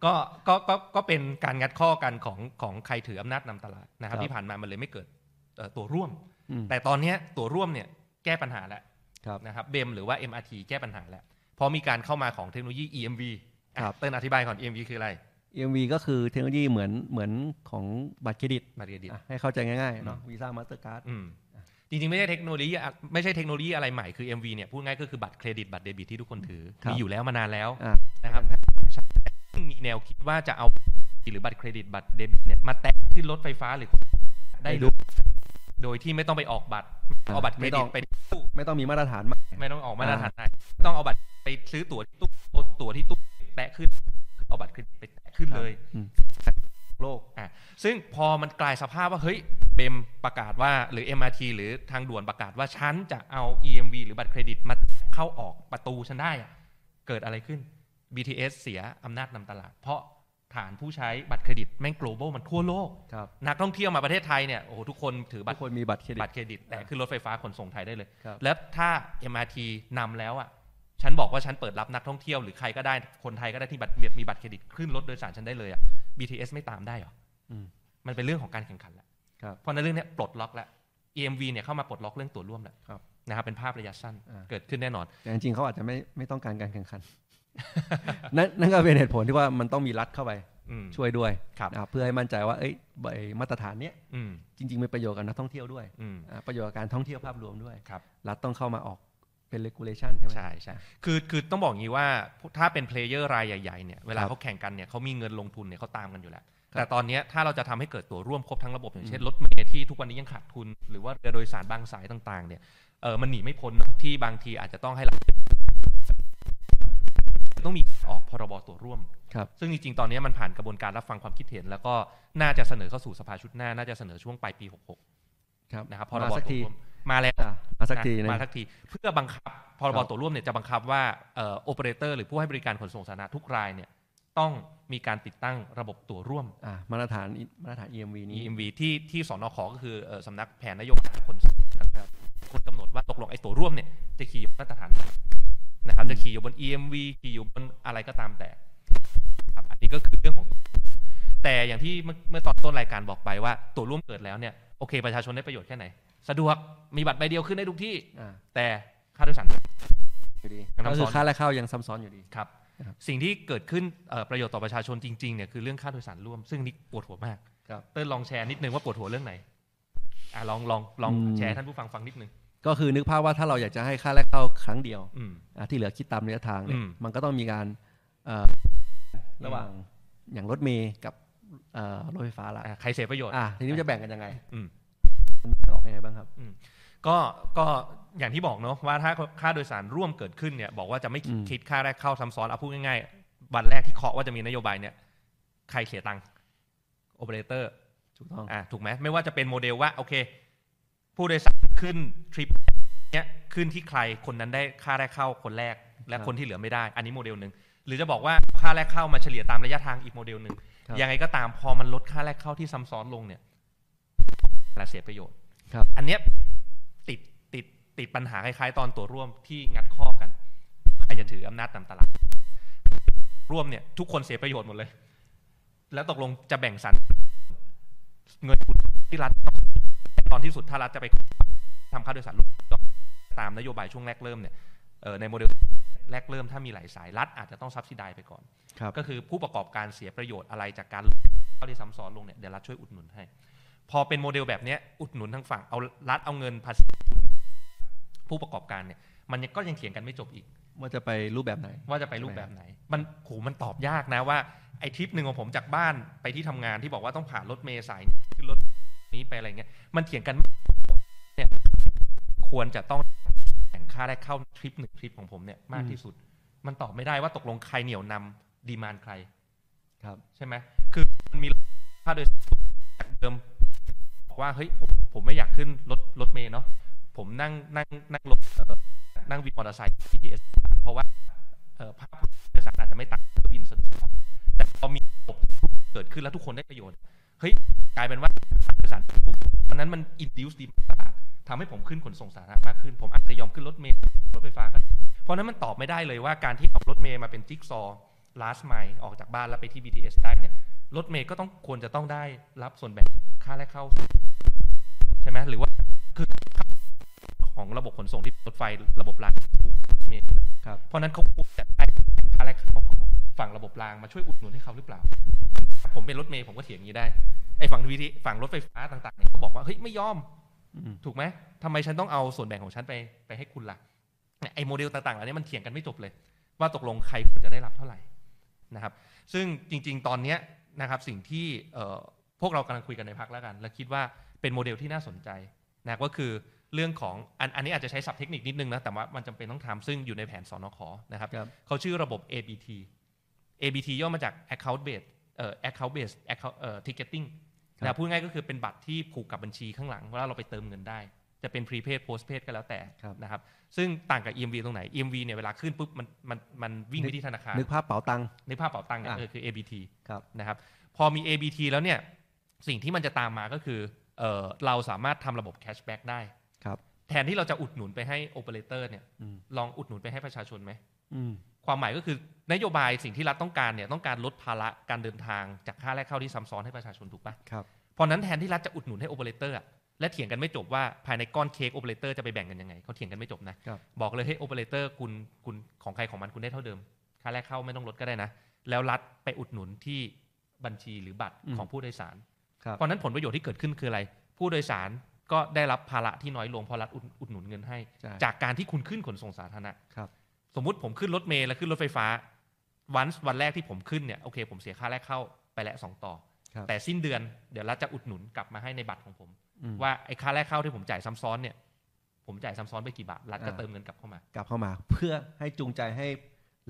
Speaker 1: ก็ก็ก็ก็เป็นการงัดข้อกันของของใครถืออำนาจนำตลาดนะครับ
Speaker 2: ครับ
Speaker 1: ที่ผ่านมามันเลยไม่เกิดเอ่อตัวร่วม
Speaker 2: อืม
Speaker 1: แต่ตอนเนี้ยตัวร่วมเนี่ยแก้ปัญหาแล้ว
Speaker 2: ครับ
Speaker 1: นะครับเบมหรือว่า MRT แก้ปัญหาแล้วเพอมีการเข้ามาของเทคโนโลยี EMV อ่ะ
Speaker 2: ครับ
Speaker 1: เติ้ลอธิบายก่อน EMV คืออะไร
Speaker 2: EMV ก็คือเทคโนโลยีเหมือนเหมือนของบัตรเครดิต
Speaker 1: บัตรเครดิต
Speaker 2: อ่ะให้เข้าใจง่ายๆเนาะ
Speaker 1: อืม
Speaker 2: วีซ่ามาสเตอร์การ์ด
Speaker 1: อืมจริงๆ ไม่ใช่เทคโนโลยีอะไม่ใช่เทคโนโลยีอะไรใหม่คือ MV เนี่ยพูดง่ายก็คือบัตรเครดิตบัตรเดบิตที่ทุกคนถือ
Speaker 2: ครับ
Speaker 1: มีอยู่แล้วมานานแล้ว
Speaker 2: อ่ะ
Speaker 1: นะครับซึ่งมีแนวคิดว่าจะเอาหรือบัตรเครดิตบัตรเดบิตเนี่ยมาแตะที่รถไฟฟ้าหรือได้ด้วยโดยที่ไม่ต้องไปออกบัตรเอาบัตรเคร
Speaker 2: ไม่
Speaker 1: ดิ
Speaker 2: ต้อ
Speaker 1: ต
Speaker 2: ง
Speaker 1: ไป
Speaker 2: ไม่ต้องมีมาตรฐานใหม่
Speaker 1: ไม่ต้องออกมาตรฐาน
Speaker 2: อ่า
Speaker 1: ไหนต้องเอาบัตรไปซื้อตั๋วที่ตู้เอาตั๋วที่ตู้แตะขึ้น เอาบัตรเครดิตไปแตะขึ้นเลย
Speaker 2: อืมโลก
Speaker 1: อ่ะซึ่งพอมันกลายสภาพว่า เฮ้ยเบมประกาศว่าหรือ MRT หรือทางด่วนประกาศว่าฉันจะเอา EMV หรือบัตรเครดิตมาเข้าออกประตูฉันได้อะเกิดอะไรขึ้น BTS เสียอำนาจนำตลาด เพราะฐานผู้ใช้บัตรเครดิตแม่ง global มันทั่วโลก
Speaker 2: ครับ
Speaker 1: นักท่องเที่ยวมาประเทศไทยเนี่ยโอ้โหทุกคนถือบั
Speaker 2: ทุ
Speaker 1: ต
Speaker 2: ก
Speaker 1: ร
Speaker 2: คนมีบัตรเครดิ
Speaker 1: บั
Speaker 2: ต
Speaker 1: ตรเครดิตแต่ขึ้นรถไฟฟ้าขนส่งไทยได้เลย
Speaker 2: ครับ
Speaker 1: แล้วถ้า MRT นำแล้วอ่ะฉันบอกว่าฉันเปิดรับนักท่องเที่ยวหรือใครก็ได้คนไทยก็ได้ที่บัตรมีบัตรเครดิตขึ้นรถโดยสารฉันได้เลยอ่ะ BTS ไม่ตามได้เหรอ
Speaker 2: อืม
Speaker 1: มันเป็นเรื่องของการแข่งขันแล้ว
Speaker 2: ครับ
Speaker 1: เพราะในนเรื่องเนี้ยปลดล็อกแล้ว EMV เนี่ยเข้ามาปลดล็อกเรื่องตัวร่วมแล้ว
Speaker 2: ครับ
Speaker 1: นะครับเป็นภาพระยะสั้น
Speaker 2: อ่า
Speaker 1: เกิดขึ้นแน่นอน
Speaker 2: แต่จริงๆเขาอาจจะไม่ไม่ต้องการการแข่งขัน นั่นนั่นก็เป็นเหตุผลที่ว่ามันต้องมีรัฐเข้าไป
Speaker 1: อืม
Speaker 2: ช่วยด้วย
Speaker 1: ครับ
Speaker 2: นะครับเพื่อให้มั่นใจว่าเอ้ยไอ้มาตรฐานเนี้ย
Speaker 1: อืม
Speaker 2: จริงๆมีประโยชน์กับนักท่องเที่ยวด้วย
Speaker 1: อืม
Speaker 2: อ่ะประโยชน์กับการท่องเที่ยวภาพรวมด้วย
Speaker 1: ครับ
Speaker 2: รัฐต้องเข้ามาออกเป็น regulation ใช่ไหม
Speaker 1: ใช่ใช่คือคือต้องบอกอย่างนี้ว่าถ้าเป็นเพลเยอร์รายใหญ่ๆเนี่ยเวลา
Speaker 2: ครับ
Speaker 1: เขาแข่งกันเนี่ยเขามีเงินลงทุนเนี่ยเขาตามกันอยู่แล้ว
Speaker 2: ครับ
Speaker 1: แต่ตอนเนี้ยถ้าเราจะทำให้เกิดตัวร่วมครบทั้งระบบอย่างเช่นรถเมล์ที่ทุกวันนี้ยังขาดทุน หรือว่าเรือโดยสารบางสายต่างๆเนี่ยเออมันหนีไม่พ้นเนอะที่บางทีอาจจะต้องให้รัฐต้องมีออกพรบตัวร่วม
Speaker 2: ครับ
Speaker 1: ซึ่งจริงๆตอนเนี้ยมันผ่านกระบวนการรับฟังความคิดเห็น แล้วก็น่าจะเสนอเข้าสู่สภาชุดหน้าน่าจะเสนอช่วงปลายปี
Speaker 2: ครับ
Speaker 1: 66 นะครับพร
Speaker 2: มา
Speaker 1: บ
Speaker 2: สัก
Speaker 1: ตัว
Speaker 2: ที
Speaker 1: ร่วมมาแล้ว
Speaker 2: อ่ะมาสักที
Speaker 1: มา
Speaker 2: นะ
Speaker 1: สักทีเพื่อบังคับพร
Speaker 2: ครับ บ
Speaker 1: ตัวร่วมเนี่ยจะบังคับว่าโอเปอเรเตอร์หรือผู้ให้บริการขนส่งสาธารณะทุกรายเนี่ยต้องมีการติดตั้งระบบตัวร่วม
Speaker 2: อ่ะมาตรฐานมาตรฐาน EMV นี้
Speaker 1: EMV ที่ที่สนขก็คือเอ่อสำนักแผนนโยบายขนส่งนะครับคุณกำหนดว่าตกลงไอ้ตัวร่วมเนี่ยจะขี่อยู่บนมาตรฐานไหนนะครับจะขี่อยู่บน EMV ขี่อยู่บนอะไรก็ตามแต่ครับอันนี้ก็คือเรื่องของตัวแต่อย่างที่เมื่อเมื่อตอนต้นรายการบอกไปว่าตัวร่วมเกิดแล้วเนี่ยโอเคประชาชนได้ประโยชน์แค่ไหน สะดวกมีบัตรใบเดียวขึ้นได้ทุกที่
Speaker 2: อ่ะ
Speaker 1: แต่ค่าโดยสาร
Speaker 2: อยู่ดี
Speaker 1: ยังซับซ้อน
Speaker 2: ก็คือค่าแรกเข้ายังซ้ำซ้อนอยู่ดี
Speaker 1: ครับ
Speaker 2: ครับ
Speaker 1: สิ่งที่เกิดขึ้นเอ่อประโยชน์ต่อประชาชนจริงๆเนี่ยคือเรื่องค่าโดยสารร่วม ซึ่งนี่ปวดหัวมาก
Speaker 2: ครับ
Speaker 1: เต้ลลองแชร์นิดนึงว่าปวดหัวเรื่องไหนอ่ะลองลองลอง
Speaker 2: อืม
Speaker 1: แชร์ให้ท่านผู้ฟังฟังนิดนึง
Speaker 2: ก็คือนึกภาพว่าถ้าเราอยากจะให้ค่าแรกเข้าครั้งเดียว
Speaker 1: อืม
Speaker 2: อ่ะที่เหลือคิดตามระยะทางเนี่ย
Speaker 1: อืม
Speaker 2: มันก็ต้องมีการเอ่อระหว่างอย่างรถเมย์กับเอ่อรถไฟฟ้าละ
Speaker 1: อ่ะใครเสียประโยชน์
Speaker 2: อ่ะทีนี้มันจะแบ่งกันยังไง
Speaker 1: อืม
Speaker 2: มันแบ่งออกยังไงบ้างครับ
Speaker 1: ก็ก็อย่างที่บอกเนาะว่าถ้าค่าโดยสารร่วมเกิดขึ้นเนี่ยบอกว่าจะไม่คิด
Speaker 2: อืม
Speaker 1: คิดค่าแรกเข้าซ้ำซ้อนเอาพูดง่ายๆวันแรกที่เคาะว่าจะมีนโยบายเนี่ยใครเสียตังค์โอเปอเรเตอร์
Speaker 2: ถูกต้อง
Speaker 1: อ่ะถูกไหมไม่ว่าจะเป็นโมเดลว่าโอเค ผู้โดยสารขึ้นทริปเนี้ยขึ้นที่ใครคนนั้นได้ค่าแรกเข้าคนแรก และ
Speaker 2: ครับ
Speaker 1: คนที่เหลือไม่ได้ อันนี้โมเดลหนึ่งหรือจะบอกว่าค่าแรกเข้ามาเฉลี่ยตามระยะทางอีกโมเดลหนึ่ง
Speaker 2: ครับ
Speaker 1: ยังไงก็ตามพอมันลดค่าแรกเข้าที่ซ้ำซ้อนลงเนี่ยและเสียประโยชน์
Speaker 2: ครับ
Speaker 1: อันเนี้ยติดติดติดปัญหาคล้ายๆ ตอนตัวร่วมที่งัดข้อกันใครจะถืออำนาจนำตลาดร่วมเนี่ย ทุกคนเสียประโยชน์หมดเลย แล้วตกลงจะแบ่งสรรเงินอุดหนุนที่รัฐต้อง ตอนที่สุดถ้ารัฐจะไปทำค่าโดยสารลูกตามนโยบายช่วงแรกเริ่มเนี่ยเอ่อในโมเดลแรกเริ่มถ้ามีหลายสายรัฐอาจจะต้องซับซิได้ไปก่อน
Speaker 2: ครับ
Speaker 1: ก็คือผู้ประกอบการเสียประโยชน์อะไรจากการเข้าที่ซ้ำซ้อนลงเนี่ยเดี๋ยวรัฐช่วยอุดหนุนให้ พอเป็นโมเดลแบบเนี้ยอุดหนุนทั้งฝั่งเอารัฐเอาเงินภาษีอุดหนุนผู้ประกอบการเนี่ยมันยังก็ยังเถียงกันไม่จบอีก
Speaker 2: ว่าจะไปรูปแบบไหน
Speaker 1: ว่าจะไปรูปแบบไหน มันโหมันตอบยากนะว่าไอ้ทริปหนึ่งของผมจากบ้านไปที่ทำงานที่บอกว่าต้องผ่านรถเมล์สายนี้ขึ้นรถนี้ไปอะไรเงี้ยมันเถียงกันไม่เนี่ยควรจะต้องแบ่งค่าได้เข้าทริปหนึ่งทริปของผมเนี่ยมากที่สุด มันตอบไม่ได้ว่าตกลงใครเหนี่ยวนำดีมานใคร
Speaker 2: ครับ
Speaker 1: ใช่ไหม คือมันมีค่าโดยสารจากเดิมบอกว่าเฮ้ยผมผมไม่อยากขึ้นรถรถเมล์เนาะ ผมนั่งนั่งนั่งรถเอ่อนั่งวินมอเตอร์ไซค์ BTS เพราะว่าเอ่อภาพโดยสารอาจจะไม่ต่างกับวินสะดวกแต่พอมีระบบเกิดขึ้นแล้วทุกคนได้ประโยชน์ เฮ้ยกลายเป็นว่าโดยสารถูกเพราะฉะนั้นมัน induce demand ตลาดทำให้ผมขึ้นขนส่งสาธารณะมากขึ้น ผมอาจจะยอมขึ้นรถเมล์รถไฟฟ้าก็ได้เพราะฉะนั้นมันตอบไม่ได้เลยว่าการที่เอารถเมล์มาเป็นจิ๊กซอ last mile ออกจากบ้านแล้วไปที่ BTS ได้เนี่ย รถเมย์ก็ต้องควรจะต้องได้รับส่วนแบ่งค่าแรกเข้า ใช่ไหมหรือว่าคือของระบบขนส่งที่รถไฟระบบรางสูงรถเมล์
Speaker 2: ครับ
Speaker 1: เพราะฉะนั้นเขาควรจะได้ค่าแรกเข้าของฝั่งระบบรางมาช่วยอุดหนุนให้เขาหรือเปล่า ผมเป็นรถเมย์ผมก็เถียงอย่างนี้ได้ไอ้ฝั่งวีทีฝั่งรถไฟฟ้าต่างๆเนี่ยก็บอกว่าเฮ้ยไม่ยอม
Speaker 2: อืม
Speaker 1: ถูกไหมทำไมฉันต้องเอาส่วนแบ่งของฉันไปไปให้คุณล่ะเนี่ยไอ้โมเดลต่างๆเหล่านี้มันเถียงกันไม่จบเลย ว่าตกลงใครควรจะได้รับเท่าไหร่นะครับ ซึ่งจริงๆ ตอนเนี้ยนะครับสิ่งที่เอ่อพวกเรากำลังคุยกันในพักแล้วกัน และคิดว่าเป็นโมเดลที่น่าสนใจนะก็คือเรื่องของอันอันนี้อาจจะใช้ศัพท์เทคนิคนิดนึงนะแต่ว่ามันจำเป็นต้องทำซึ่งอยู่ในแผนสนขนะครับ
Speaker 2: ครับ
Speaker 1: เขาชื่อระบบ ABT ABT ย่อมาจาก Account Based เอ่อ Account Based Account เอ่อ Ticketing
Speaker 2: ครับ
Speaker 1: นะพูดง่ายก็คือเป็นบัตรที่ผูกกับบัญชีข้างหลังเวลาเราไปเติมเงินได้ จะเป็น Prepaid Postpaid ก็แล้วแต่นะครับ ซึ่งต่างกับ EMV ตรงไหน EMV เนี่ยเวลาขึ้นปุ๊บมันมันมันวิ่งไปที่ธนาคาร
Speaker 2: นึกภาพเป๋าตังค์
Speaker 1: ในภาพเป๋าตังค์เนี่ย
Speaker 2: อ่ะ
Speaker 1: เออคือ ABT
Speaker 2: ครับ
Speaker 1: นะครับพอมี ABT แล้วเนี่ยสิ่งที่มันจะตามมาก็คือเออเราสามารถทำระบบ Cashback ได้
Speaker 2: ครับ
Speaker 1: แทนที่เราจะอุดหนุนไปให้โอเปอเรเตอร์เนี่ย
Speaker 2: อืม
Speaker 1: ลองอุดหนุนไปให้ประชาชนไหม
Speaker 2: อืม
Speaker 1: ความหมายก็คือนโยบายสิ่งที่รัฐต้องการเนี่ยต้องการลดภาระการเดินทางจากค่าแรกเข้าที่ซ้ำซ้อนให้ประชาชนถูกปะ
Speaker 2: ครับ
Speaker 1: เพราะฉะนั้นแทนที่รัฐจะอุดหนุนให้โอเปอเรเตอร์และเถียงกันไม่จบว่าภายในก้อนเค้กโอเปอเรเตอร์จะไปแบ่งกันยังไงเขาเถียงกันไม่จบนะครับ บอกเลยให้โอเปอเรเตอร์คุณคุณของใครของมันคุณได้เท่าเดิม ค่าแรกเข้าไม่ต้องลดก็ได้นะ แล้วรัฐไปอุดหนุนที่บัญชีหรือบัตรของผู้โดยสาร
Speaker 2: ครับ
Speaker 1: เพราะฉะนั้นผลประโยชน์ที่เกิดขึ้นคืออะไร ผู้โดยสารก็ได้รับภาระที่น้อยลงเพราะรัฐอุดอุดหนุนเงินให้
Speaker 2: ใช่
Speaker 1: จากการที่คุณขึ้นขนส่งสาธารณะ
Speaker 2: ครับ
Speaker 1: สมมุติผมขึ้นรถเมล์และขึ้นรถไฟฟ้า วันวันแรกที่ผมขึ้นเนี่ยโอเคผมเสียค่าแรกเข้าไปแล้วสองต่อ
Speaker 2: ครับ
Speaker 1: แต่สิ้นเดือนเดี๋ยวรัฐจะอุดหนุนกลับมาให้ในบัตรของผม
Speaker 2: อืม
Speaker 1: ว่าไอ้ค่าแรกเข้าที่ผมจ่ายซ้ำซ้อนเนี่ยผมจ่ายซ้ำซ้อนไปกี่บาทรัฐก็
Speaker 2: อ่า
Speaker 1: เติมเงินกลับเข้ามาก
Speaker 2: ลับเข้ามาเพื่อให้จูงใจให้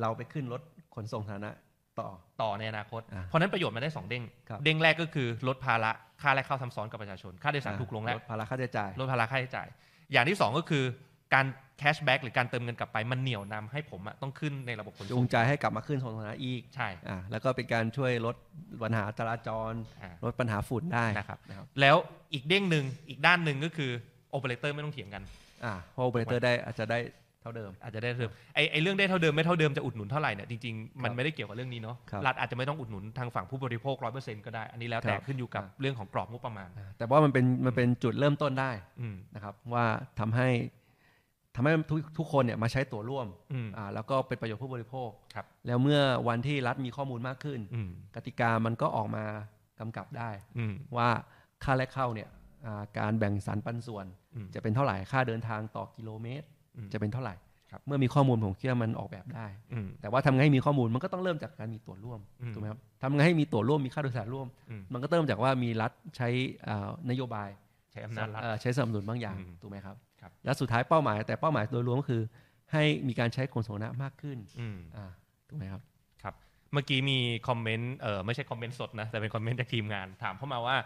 Speaker 2: เราไปขึ้นรถขนส่งสาธารณะต่อ
Speaker 1: ต่อในอนาคต
Speaker 2: อ่า
Speaker 1: เพราะฉะนั้นประโยชน์มันได้สองเด้ง
Speaker 2: ครับ
Speaker 1: เด้งแรกก็คือลดภาระค่าแรกเข้าซ้ำซ้อนกับประชาชน ค่าโดยสารถูกลงแล้ว
Speaker 2: ดภาระค่าใช้จ่าย
Speaker 1: ลดภาระค่าใช้จ่าย อย่างที่ 2 ก็คือการแคชแบ็กหรือการเติมเงินกลับไป มันเหนี่ยวนำให้ผมอะต้องขึ้นในระบบขน
Speaker 2: จู
Speaker 1: ส่
Speaker 2: ง
Speaker 1: ง
Speaker 2: ใจให้กลับมาขึ้นขนส่งสาธารณะอีก
Speaker 1: ใช่
Speaker 2: อ่า แล้วก็เป็นการช่วยลดปัญหาจราจร
Speaker 1: อ่า
Speaker 2: ลดปัญหาฝุ่นได้
Speaker 1: นะครับ
Speaker 2: นะครับ
Speaker 1: แล้วอีกเด้งหนึ่งอีกด้านหนึ่งก็คือโอเปอเรเตอร์ไม่ต้องเถียงกัน
Speaker 2: อ่าเพราะโอเปอเรเตอร์ได้อาจจะได้เท่าเดิม
Speaker 1: อาจจะได้เท่าเดิมไอ้ไอ้เรื่องได้เท่าเดิมไม่เท่าเดิมจะอุดหนุนเท่าไหร่เนี่ยจริงๆ มัน
Speaker 2: ครับ
Speaker 1: ไม่ได้เกี่ยวกับเรื่องนี้เนาะ
Speaker 2: ครับ
Speaker 1: รัฐอาจจะไม่ต้องอุดหนุนทางฝั่งผู้บริโภคร้อยเปอร์เซ็นต์ก็ได้ อันนี้แล้วแต่
Speaker 2: ครับ
Speaker 1: ขึ้นอยู่กับเรื่องของกรอบงบประมาณ
Speaker 2: อ่าแต่ว่ามันเป็นมันเป็นจุดเริ่มต้นได้
Speaker 1: อืม
Speaker 2: นะครับ ว่าทำให้ทำให้ทุกทุกคนเนี่ยมาใช้ตั๋วร่วม
Speaker 1: อืม
Speaker 2: อ่าแล้วก็เป็นประโยชน์ผู้บริโภค
Speaker 1: ครับ
Speaker 2: แล้วเมื่อวันที่รัฐมีข้อมูลมากขึ้น
Speaker 1: อืม
Speaker 2: กติกามันก็ออกมากำกับได้
Speaker 1: อืม
Speaker 2: ว่าค่าแรกเข้าเนี่ยอ่าการแบ่งสรรปันส่วน
Speaker 1: อืม
Speaker 2: จะเป็นเท่าไหร่ค่าเดินทางต่อกิโลเมตร
Speaker 1: อืม
Speaker 2: จะเป็นเท่าไหร่
Speaker 1: ครับ
Speaker 2: เมื่อมีข้อมูลผมคิดว่ามันออกแบบได้
Speaker 1: อืม
Speaker 2: แต่ว่าทำไงให้มีข้อมูลมันก็ต้องเริ่มจากการมีตั๋วร่วม
Speaker 1: อืม
Speaker 2: ถูกไหมครับทำไงให้มีตั๋วร่วมมีค่าโดยสารร่วม
Speaker 1: อืม
Speaker 2: มันก็เริ่มจากว่ามีรัฐใช้อ่านโยบาย
Speaker 1: ใช้อำนาจรัฐ
Speaker 2: เอ่อใช้สนับสนุนบางอย่าง
Speaker 1: อืม
Speaker 2: ถูกไหมครับ
Speaker 1: ครับ
Speaker 2: และสุดท้ายเป้าหมาย แต่เป้าหมายโดยรวมก็คือ ให้มีการใช้ขนส่งสาธารณะมากขึ้น
Speaker 1: อืม
Speaker 2: อ่าถูกไหมครับ
Speaker 1: เมื่อกี้มีคอมเมนต์เออไม่ใช่คอมเมนต์สดนะ แต่เป็นคอมเมนต์จากทีมงาน ถามเข้ามาว่า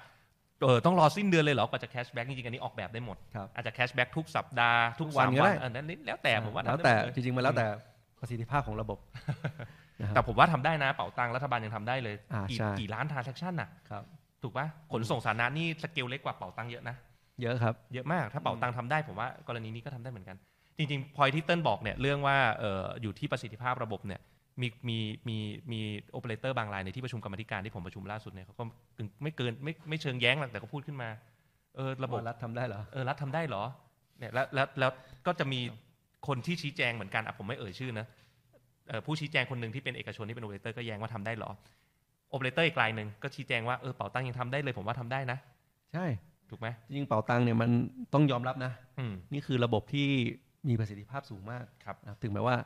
Speaker 1: เออต้องรอสิ้นเดือนเลยเหรอกว่าจะแคชแบ็กจริงๆ อันนี้ออกแบบได้หมด
Speaker 2: ครับ
Speaker 1: อาจจะแคชแบ็กทุกสัปดาห์ ทุก
Speaker 2: ทุกวัน
Speaker 1: สาม
Speaker 2: ก็ได้
Speaker 1: เออนั่นนี่แล้วแต่ผมว่า
Speaker 2: แล้ว
Speaker 1: ทำ
Speaker 2: แต่
Speaker 1: ได้หมด
Speaker 2: จ
Speaker 1: เลย
Speaker 2: ริงๆมันแล้วแต่ประสิทธิภาพของระบบ นะครับ
Speaker 1: แต่ผมว่าทำได้นะ เป๋าตังค์รัฐบาลยังทำได้เลย
Speaker 2: อ่า
Speaker 1: กี่
Speaker 2: ใช่
Speaker 1: กี่ล้านทรานซัคชันน่ะ
Speaker 2: ครับ
Speaker 1: ถูกปะขนส่งสาธารณะนี่สเกลเล็กกว่าเป๋าตังค์เยอะนะ
Speaker 2: เยอะครับ
Speaker 1: เยอะมาก ถ้าเป่าตังทำได้ ผมว่ากรณีนี้ก็ทำได้เหมือนกัน จริงๆพอยที่เติ้ลบอกเนี่ยเรื่องว่าเอ่ออยู่ที่ประสิทธิภาพระบบเนี่ยมีมีมีมีโอเปอเรเตอร์บางรายในที่ประชุมกรรมาธิการที่ผมประชุมล่าสุดเนี่ยเขาก็กึ่งไม่เกินไม่ไม่เชิงแย้งหรอกแต่ก็พูดขึ้นมา เออระบบ
Speaker 2: ว่ารัฐทำได้เหรอ
Speaker 1: เออรัฐทำได้เหรอเนี่ยแล้วแล้วแล้วก็จะมีคนที่ชี้แจงเหมือนกันอ่ะผมไม่เอ่ยชื่อนะเอ่อผู้ชี้แจงคนหนึ่งที่เป็นเอกชนที่เป็นโอเปอเรเตอร์ก็แย้งว่าทำได้เหรอโอเปอเรเตอร์อีกรายหนึ่งก็ชี้แจงว่าเออเป่าตังยังทำได้เลย ผมว่าทำได้นะ
Speaker 2: ใช่
Speaker 1: ถูกไหม
Speaker 2: จริงๆเป่าตังเนี่ยมันต้องยอมรับนะ
Speaker 1: อืม
Speaker 2: นี่คือระบบที่มีประสิทธิภาพสูงมาก
Speaker 1: ครับ
Speaker 2: นะถึงแม้ว่า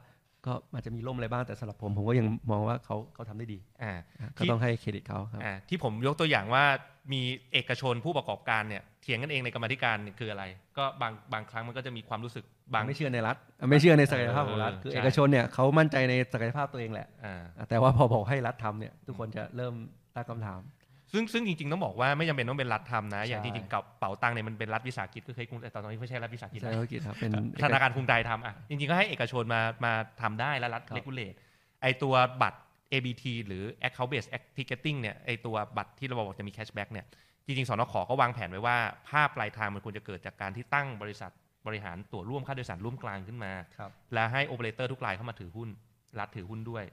Speaker 2: ก็อาจจะมีล่มอะไรบ้างแต่สำหรับผม ผมก็ยังมองว่าเขาเขาทำได้ดี
Speaker 1: อ่า
Speaker 2: นะ
Speaker 1: ที่
Speaker 2: ก็ต้องให้เครดิตเขาครับ
Speaker 1: อ่าที่ผมยกตัวอย่างว่ามีเอกชนผู้ประกอบการเนี่ยเถียงกันเองในกรรมาธิการเนี่ยคืออะไร ก็บางบางครั้งมันก็จะมีความรู้สึกบาง
Speaker 2: ไม่เชื่อในรัฐอ่ะไม่เชื่อในศักยภาพของรัฐ
Speaker 1: เออ
Speaker 2: คือ
Speaker 1: ใช่
Speaker 2: เอกชนเนี่ยเขามั่นใจในศักยภาพตัวเองแหละ
Speaker 1: อ่า
Speaker 2: อ่ะแต่ว่าพอบอกให้รัฐทำเนี่ยทุกคนจะเริ่มตั้งคำถาม
Speaker 1: ซึ่งซึ่งจริงๆต้องบอกว่าไม่จำเป็นต้องเป็นรัฐทำนะ อย่าง
Speaker 2: ใช่
Speaker 1: จริงๆกับเป๋าตังเนี่ยมันเป็นรัฐวิสาหกิจก็เคยกรุงแต่ตอนนี้ไม่ใช่รัฐวิสาหกิจ
Speaker 2: ใช่
Speaker 1: แล้ว
Speaker 2: ธุรกิจครับเป็น
Speaker 1: ธนาคารกรุงไทยทำอ่ะจริงๆ ก็ให้เอกชนมามาทำได้แล้วรัฐ
Speaker 2: ครับ
Speaker 1: เลกูเลตไอตัวบัตร ABT หรือ Account Based Act Ticketing เนี่ยไอตัวบัตรที่เราบอกจะมี cashback เนี่ยจริงๆ สนขก็วางแผนไว้ว่า ภาพปลายทางมันควรจะเกิดจากการที่ตั้งบริษัทบริหารตั๋วร่วมค่าโดยสารร่วมกลางขึ้นมา
Speaker 2: ครับ
Speaker 1: และให้โอเปอเรเตอร์ทุกรายเข้ามาถือหุ้น รัฐถือหุ้นด้วย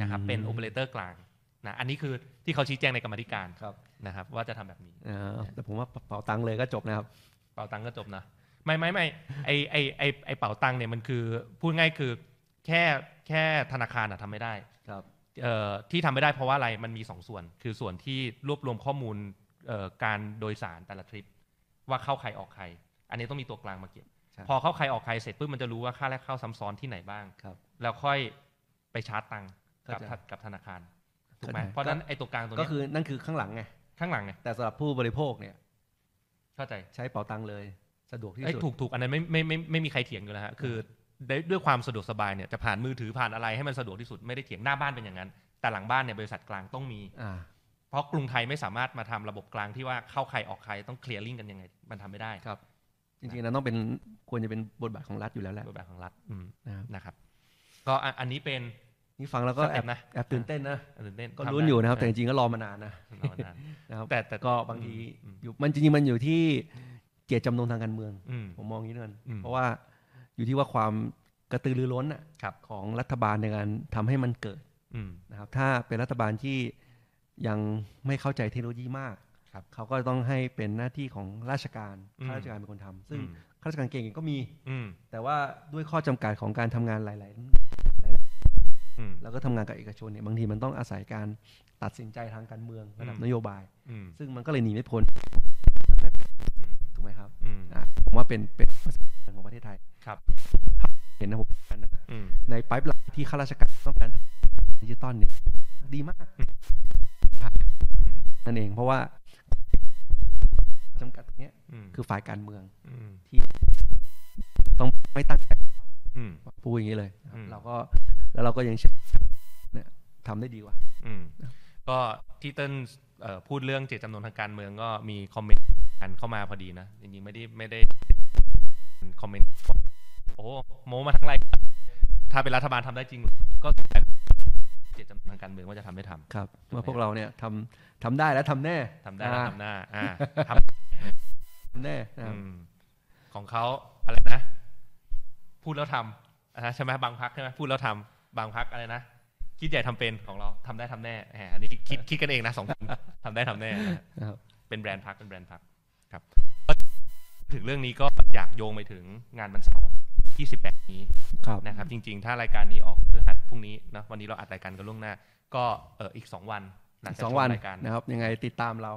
Speaker 1: นะครับ
Speaker 2: ม
Speaker 1: เป็นโอเปอเรเตอร์กลางนะอันนี้คือที่เขาชี้แจงในกรรมาธิการ
Speaker 2: ครับ
Speaker 1: นะครับว่าจะทำแบบนี้
Speaker 2: อ่าแต่ผมว่าเป่าตังค์เลยก็จบนะครับ
Speaker 1: เป่าตังก็จบนะไม่ไม่ไม่ไอไอไอไอเป่าตังเนี่ยมันคือพูดง่ายคือแค่แค่ธนาคารอะทำไม่ได้
Speaker 2: ครับ
Speaker 1: เอ่อที่ทำไม่ได้เพราะว่าอะไรมันมีสองส่วน คือส่วนที่รวบรวมข้อมูลเอ่อการโดยสารแต่ละทริป ว่าเข้าใครออกใคร อันนี้ต้องมีตัวกลางมาเก็บ
Speaker 2: ใช่
Speaker 1: พอเข้าใครออกใครเสร็จปุ๊บมันจะรู้ว่าค่าแรกเข้าซ้ำซ้อนที่ไหนบ้าง
Speaker 2: ครับ
Speaker 1: แล้วค่อยไปชาร์จตังกับ
Speaker 2: เข้าใจ
Speaker 1: กับธนาคารถูกไหมเพ
Speaker 2: เข้าใจ
Speaker 1: ราะฉะนั้นไอตัวกลางตัว
Speaker 2: ก็
Speaker 1: เนี้ย
Speaker 2: คือนั่นคือข้างหลังไง
Speaker 1: ข้างหลังไง
Speaker 2: แต่สำหรับผู้บริโภคเนี่ย
Speaker 1: เข้าใจ
Speaker 2: ใช้เป่าตังค์เลยสะดวกที่
Speaker 1: เอ้ย
Speaker 2: สุด
Speaker 1: ถูกถูกอันนั้นไม่ไม่ไม่ไม่ไม่มีใครเถียงอยู่แล้วฮะคือได้ด้วยความสะดวกสบายเนี่ยจะผ่านมือถือผ่านอะไรให้มันสะดวกที่สุดไม่ได้เถียงหน้าบ้านเป็นอย่างนั้น แต่หลังบ้านเนี่ยบริษัทกลางต้องมี
Speaker 2: อ่า
Speaker 1: เพราะกรุงไทยไม่สามารถมาทำระบบกลางที่ว่าเข้าใครออกใครต้องเคลียร์ลิงก์กันยังไง มันทำไม่ได้
Speaker 2: ครับ จริงๆนั้นต้องเป็นควรจะเป็นบทบาทของรัฐอยู่แล้วแหละ
Speaker 1: โดยแบบของรัฐอืม
Speaker 2: นะค
Speaker 1: นะค
Speaker 2: รับ
Speaker 1: รับ ก็อันอันนี้เป็น
Speaker 2: นี่ฟังแล้วก็
Speaker 1: ส
Speaker 2: แอ
Speaker 1: เต็
Speaker 2: บ
Speaker 1: ปนะ
Speaker 2: แอบตื่นเต้นนะ
Speaker 1: อันตื่นเต้น
Speaker 2: ก็
Speaker 1: ทำ
Speaker 2: ลุ้นอยู่นะครับ แต่
Speaker 1: ได้
Speaker 2: จริงๆก็รอมานานนะ
Speaker 1: เออรอมานาน
Speaker 2: นะครับ
Speaker 1: แต่แต่
Speaker 2: ก็บางทีอยู่มันจริงๆมันอยู่ที่เจตจำนงทางการเมือง
Speaker 1: อืม
Speaker 2: ผมมองอย่างนี้ด้วยกัน
Speaker 1: อืม
Speaker 2: เพราะว่าอยู่ที่ว่าความกระตือรือร้นอะ
Speaker 1: ครับ
Speaker 2: ของรัฐบาลในการทำให้มันเกิด
Speaker 1: อืม
Speaker 2: นะครับ ถ้าเป็นรัฐบาลที่ยังไม่เข้าใจเทคโนโลยีมาก
Speaker 1: ครับ
Speaker 2: เขาก็ต้องให้เป็นหน้าที่ของราชการ
Speaker 1: อืม
Speaker 2: ข้าราชการเป็นคนทำซึ่ง
Speaker 1: อืม
Speaker 2: ข้าราชการเก่งๆก็มี
Speaker 1: อืม
Speaker 2: แต่ว่าด้วยข้อจำกัดของการทำงานหลาย
Speaker 1: อืม
Speaker 2: ๆ แล้วก็ทำงานกับเอกชนเนี่ยบางทีมันต้องอาศัยการตัดสินใจทางการเมืองระดับ
Speaker 1: อืม
Speaker 2: นโยบาย
Speaker 1: อืม
Speaker 2: ซึ่งมันก็เลยหนีไม่พ้น
Speaker 1: อืม
Speaker 2: ถูกไหมครับ
Speaker 1: อืม
Speaker 2: ผมว่าเป็นเป็นประสบการณ์ของประเทศไทย
Speaker 1: ครับ
Speaker 2: เห็นนะผมนะ
Speaker 1: อืม
Speaker 2: ในไพป์ไลน์ที่ข้าราชการต้องการทำดิจิตอลเนี่ยดีมากนั่นเองเพราะว่าจำกัดตรงเนี้ย
Speaker 1: อืม
Speaker 2: คือฝ่ายการเมือง
Speaker 1: อืม
Speaker 2: ต้องไม่ตั้งใจ
Speaker 1: อืม
Speaker 2: พูดอย่างนี้เลยนะครับ
Speaker 1: อืม
Speaker 2: เราก็แล้วเราก็ยังเชื่อเนี่ยทำได้ดีกว่า
Speaker 1: อืมก็ที่เติ้ลเอ่อพูดเรื่องเจตจำนงทางการเมืองก็มีคอมเมนต์กันเข้ามาพอดีนะ จริงๆ ไม่ได้ไม่ได้คอมเมนต์บอกโอ้โหโมมาทั้งไรายการถ้าเป็นรัฐบาลทำได้จริงเหรอก็สุดแต่เจตจำนงทางการเมืองว่าจะทำไม่ทำ
Speaker 2: ครับ
Speaker 1: ถูกไหม
Speaker 2: ว่าพวกเราเนี่ยทำทำได้และทำแน่
Speaker 1: ทำได้แล้ว
Speaker 2: อ่า
Speaker 1: ทำหน้า อ่าท
Speaker 2: ทำแน่
Speaker 1: ำ
Speaker 2: นะค
Speaker 1: อื
Speaker 2: รับ
Speaker 1: มของเขาอะไรนะ พูดแล้วทำอ่าใช่ไหมบางพักใช่ไหมพูดแล้วทำบางพักอะไรนะ คิดใหญ่ทำเป็นของเราทำได้ทำแน่แหมอันนี้คิดคิดกันเองนะสองคนทำได้ทำแน่นะ
Speaker 2: นะครับ
Speaker 1: เป็นแบรนด์พักเป็นแบรนด์พักครับถึงเรื่องนี้ก็อยากโยงไปถึงงานวันเสาร์ที่ 18 นี้
Speaker 2: ครับ
Speaker 1: นะครับ จริงๆ ถ้ารายการนี้ออกเพื่อหัดพรุ่งนี้นะวันนี้เราอัดรายการกันล่วงหน้า ก็เอออีก 2 วันหลังจาก
Speaker 2: สอง
Speaker 1: จบ
Speaker 2: วัน
Speaker 1: รายการ
Speaker 2: นะครับ ยังไงติดตามเรา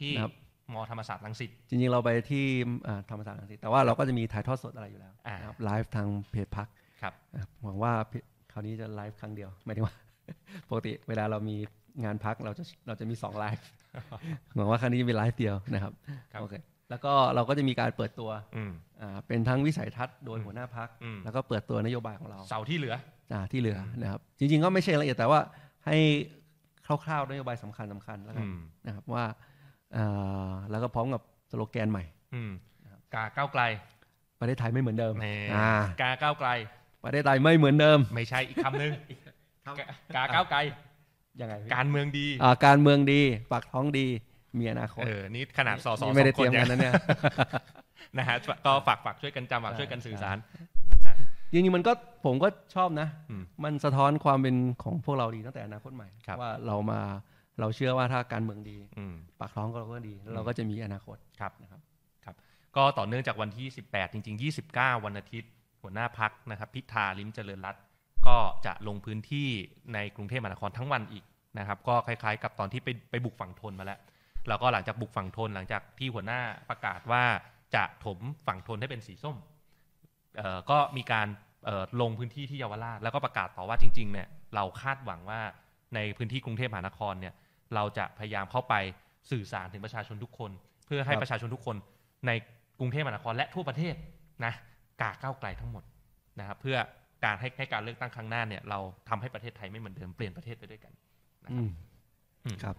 Speaker 1: ที่
Speaker 2: นะครับ
Speaker 1: มธรรมศาสตร์ลังสิต
Speaker 2: จริงๆ เราไปที่อ่าธรรมศาสตร์รังสิตแต่ว่าเราก็จะมีถ่ายทอดสดอะไรอยู่แล้ว
Speaker 1: อ่า
Speaker 2: นะครับไลฟ์ทางเพจพัก
Speaker 1: ครับ
Speaker 2: นะครับหวังว่าเพจคราวนี้จะไลฟ์ครั้งเดียว หมายถึงว่า ปกติเวลาเรามีงานพักเราจะเราจะมีสองไล ฟ์ หวังว่าครั้งนี้จะเป็นไลฟ์เดียวนะครับ
Speaker 1: ครับ
Speaker 2: โอเคแล้วก็เราก็จะมีการเปิดตัว
Speaker 1: อืม
Speaker 2: อ่าเป็นทั้งวิสัยทัศน์โดย
Speaker 1: อืม
Speaker 2: หัวหน้าพัก
Speaker 1: อืม
Speaker 2: แล้วก็เปิดตัวนโยบายของเรา
Speaker 1: เสาร์ที่เหลือ
Speaker 2: อ่าที่เหลือนะครับจริงๆ ก็ไม่ใช่รายละเอียดแต่ว่าให้คร่าวๆนโยบายสำคัญสคัญๆแล้วกั
Speaker 1: อื
Speaker 2: น
Speaker 1: ม
Speaker 2: นะครับว่าอ่าแล้วก็พร้อมกับสโลแกนใหม่
Speaker 1: อืมกาก้าวไกล
Speaker 2: ประเทศไทยไม่เหมือนเดิม
Speaker 1: แหม
Speaker 2: อ่าก
Speaker 1: าก้าวไกล
Speaker 2: ประเทศไทยไม่เหมือนเดิม
Speaker 1: ไม่ใช่อีกคำหนึ่ง
Speaker 2: ครับ
Speaker 1: กาก้าก้าวไกล
Speaker 2: ยังไง
Speaker 1: การเมืองดี
Speaker 2: การเมืองดีปากท้องดี มีอนาคต
Speaker 1: เออนี่ขนาดสสสอง
Speaker 2: นี่ไม่ได้
Speaker 1: ค
Speaker 2: เตรีย
Speaker 1: น
Speaker 2: ม
Speaker 1: เนี่ย
Speaker 2: กันนะเนี่ย
Speaker 1: นะฮะก็ฝากฝากช่วยกันจำฝากช่วยกันสื่อสาร
Speaker 2: จริงๆมันก็ผมก็ชอบนะ
Speaker 1: อืม
Speaker 2: มันสะท้อนความเป็นของพวกเราดีตั้งแต่อนาคตใหม่
Speaker 1: ครับ
Speaker 2: ว่าเรามา เราเชื่อว่าถ้าการเมืองดี
Speaker 1: อืม
Speaker 2: ปากท้องเราก็ดีแล้วเราก็จะมีอนาคต
Speaker 1: ครับ
Speaker 2: นะครับ
Speaker 1: ครับ ก็ต่อเนื่องจากวันที่ 18 จริง ๆ 29 วันอาทิตย์ หัวหน้าพักนะครับพิธาลิมเจริญรัตน์ก็จะลงพื้นที่ในกรุงเทพมหานครทั้งวันอีกนะครับ ก็คล้ายๆ กับตอนที่ไปไปบุกฝั่งทนมาแล้ว แล้วก็หลังจากบุกฝั่งทนหลังจากที่หัวหน้าประกาศว่าจะถมฝั่งทนให้เป็นสีส้มเอ่อก็มีการเอ่อลงพื้นที่ที่เยาวราชแล้วก็ประกาศต่อว่าจริงๆเนี่ยเราคาดหวังว่าในพื้นที่กรุงเทพมหานครเนี่ยเราจะพยายามเข้าไปสื่อสารถึงประชาชนทุกคน เพื่อให้
Speaker 2: ครับ
Speaker 1: ประชาชนทุกคนในกรุงเทพมหานครและทั่วประเทศนะกาก้าวไกลทั้งหมดนะครับเพื่อการให้ให้การเลือกตั้งครั้งหน้าเนี่ยเราทำให้ประเทศไทยไม่เหมือนเดิมเปลี่ยนประเทศไปด้วยกัน
Speaker 2: อืม
Speaker 1: อืม
Speaker 2: ครับ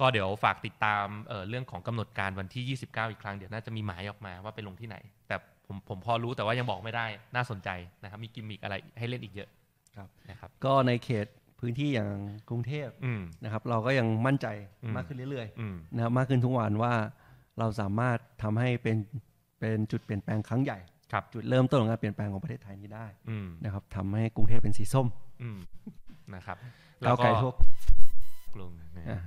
Speaker 1: ก็เดี๋ยวฝากติดตามเอ่อเรื่องของกำหนดการวันที่ 29 อีกครั้ง เดี๋ยวน่าจะมีหมายออกมาว่าไปลงที่ไหน แต่ผมผมพอรู้แต่ว่ายังบอกไม่ได้น่าสนใจนะครับ มีกิมมิกอะไรให้เล่นอีกเยอะ
Speaker 2: ครับ
Speaker 1: นะครับ
Speaker 2: ก็ในเขตพื้นที่อย่างกรุงเทพ
Speaker 1: อืม
Speaker 2: นะครับ เราก็ยังมั่นใจ
Speaker 1: อืม
Speaker 2: มากขึ้นเรื่อย
Speaker 1: อืม
Speaker 2: ๆนะครับมากขึ้นทุกวันว่าเราสามารถทำให้เป็นเป็นจุดเปลี่ยนแปลงครั้งใหญ่
Speaker 1: ครับ
Speaker 2: จุดเริ่มต้นของการเปลี่ยนแปลงของประเทศไทยนี้ได้
Speaker 1: อืม
Speaker 2: นะครับทำให้กรุงเทพเป็นสีส้ม
Speaker 1: อืมนะครับ
Speaker 2: ก้าวไกลทั่ว
Speaker 1: กลุ่มนะ
Speaker 2: อ่า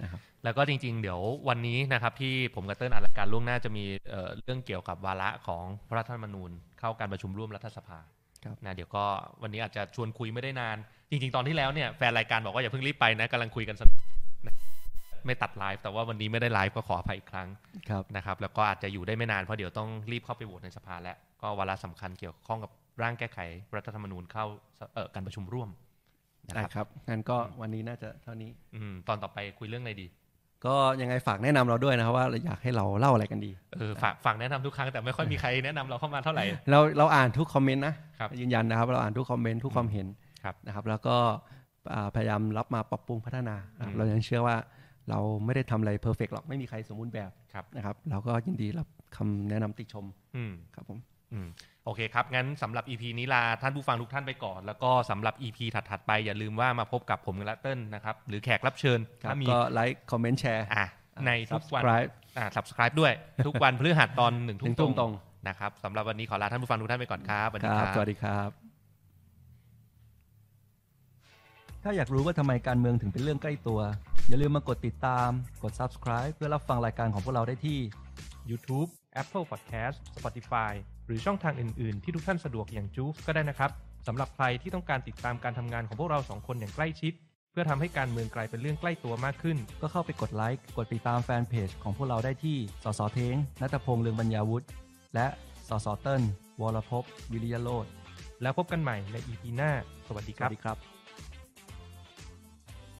Speaker 2: นะครับ
Speaker 1: แล้วก็จริงๆ เดี๋ยววันนี้นะครับที่ผมกับเติ้ลอัดรายการล่วงหน้าจะมีเอ่อเรื่องเกี่ยวกับวาระของพระรัฐธรรมนูญ เข้าการประชุมร่วมรัฐสภา
Speaker 2: ครับ
Speaker 1: นะเดี๋ยวก็วันนี้อาจจะชวนคุยไม่ได้นาน จริง ๆ ตอนที่แล้วเนี่ยแฟนรายการบอกว่าอย่าเพิ่งรีบไปนะกำลังคุยกันสนุกนะไม่ตัดไลฟ์แต่ว่าวันนี้ไม่ได้ไลฟ์ก็ขออภัยอีกครั้ง
Speaker 2: ครับ
Speaker 1: นะครับแล้วก็อาจจะอยู่ได้ไม่นานเพราะเดี๋ยวต้องรีบเข้าไปโหวตในสภาแล้วก็วาระสำคัญเกี่ยวข้องกับร่างแก้ไขรัฐธรรมนูญเข้าเอ่อการประชุมร่วมนะ
Speaker 2: ได้
Speaker 1: ครับ
Speaker 2: ครับงั้นก็วันนี้น่าจะเท่านี้
Speaker 1: อืมตอนต่อไปคุยเรื่องอะไรดี
Speaker 2: ก็ยังไงฝากแนะนำเราด้วยนะครับว่าอยากให้เราเล่าอะไรกันดี
Speaker 1: เออฝากฝากแนะนำทุกครั้งแต่ไม่ค่อยมีใครแนะนำเราเข้ามาเท่าไหร่
Speaker 2: เราเราอ่านทุกคอมเมนต์นะครับ ยืนยันนะครับเราอ่านทุกคอมเมนต์ทุกความเห็น
Speaker 1: ครับ
Speaker 2: นะครับ แล้วก็อ่าพยายามรับมาปรับปรุงพัฒนานะครับ
Speaker 1: อืม
Speaker 2: เรายังเชื่อว่าเราไม่ได้ทำอะไรเพอร์เฟกหรอกไม่มีใครสมบูรณ์แบบ
Speaker 1: ครับ
Speaker 2: นะครับ เราก็ยินดีรับคำแนะนำติชม
Speaker 1: อืม
Speaker 2: ครับผม
Speaker 1: อืมโอเคครับ งั้นสำหรับ EP นี้ลาท่านผู้ฟังทุกท่านไปก่อน แล้วก็สำหรับ EP ถัด ๆ ไปอย่าลืมว่ามาพบกับผมกับละเติ้ลนะครับ หรือแขกรับเชิญ
Speaker 2: ครับ
Speaker 1: ถ้ามี
Speaker 2: ก็ไลค์คอมเมนต์แชร์
Speaker 1: อ่ะในทุกวัน
Speaker 2: subscribe
Speaker 1: อ่า subscribe ด้วย ทุกวัน พฤหัสตอนหนึ่ง
Speaker 2: ถึงต
Speaker 1: ทุ่
Speaker 2: รง
Speaker 1: ม
Speaker 2: ต
Speaker 1: ตร
Speaker 2: รง ง
Speaker 1: นะครับสำหรับวันนี้ขอลาท่านผู้ฟังทุกท่านไปก่อนครับสวัส
Speaker 2: ค
Speaker 1: ดีค
Speaker 2: รับ
Speaker 1: รับ
Speaker 2: สวัสดีครับ
Speaker 3: ถ้าอยากรู้ว่าทำไมการเมืองถึงเป็นเรื่องใกล้ตัว อย่าลืมมากดติดตาม กด subscribe เพื่อรับฟังรายการของพวกเราได้ที่
Speaker 1: YouTube Apple Podcast Spotify หรือช่องทางอื่น ๆ ที่ทุกท่านสะดวกอย่างจูฟก็ได้นะครับ สำหรับใครที่ต้องการติดตามการทำงานของพวกเราสองคนอย่างใกล้ชิด เพื่อทำให้การเมืองกลายเป็นเรื่องใกล้ตัวมากขึ้น
Speaker 3: ก็เข้าไปกดไลค์ กดติดตามแฟนเพจของพวกเราได้ที่ สสเทงนัทพงษ์เลืองบรรยาวุฒิ และ สสเติ้ลวรภพวิริยโรธ
Speaker 1: แล้วพบกันใหม่ใน EP หน้า สวัสดี
Speaker 3: ส
Speaker 1: ค
Speaker 3: วั
Speaker 1: รับ
Speaker 3: สดีครับ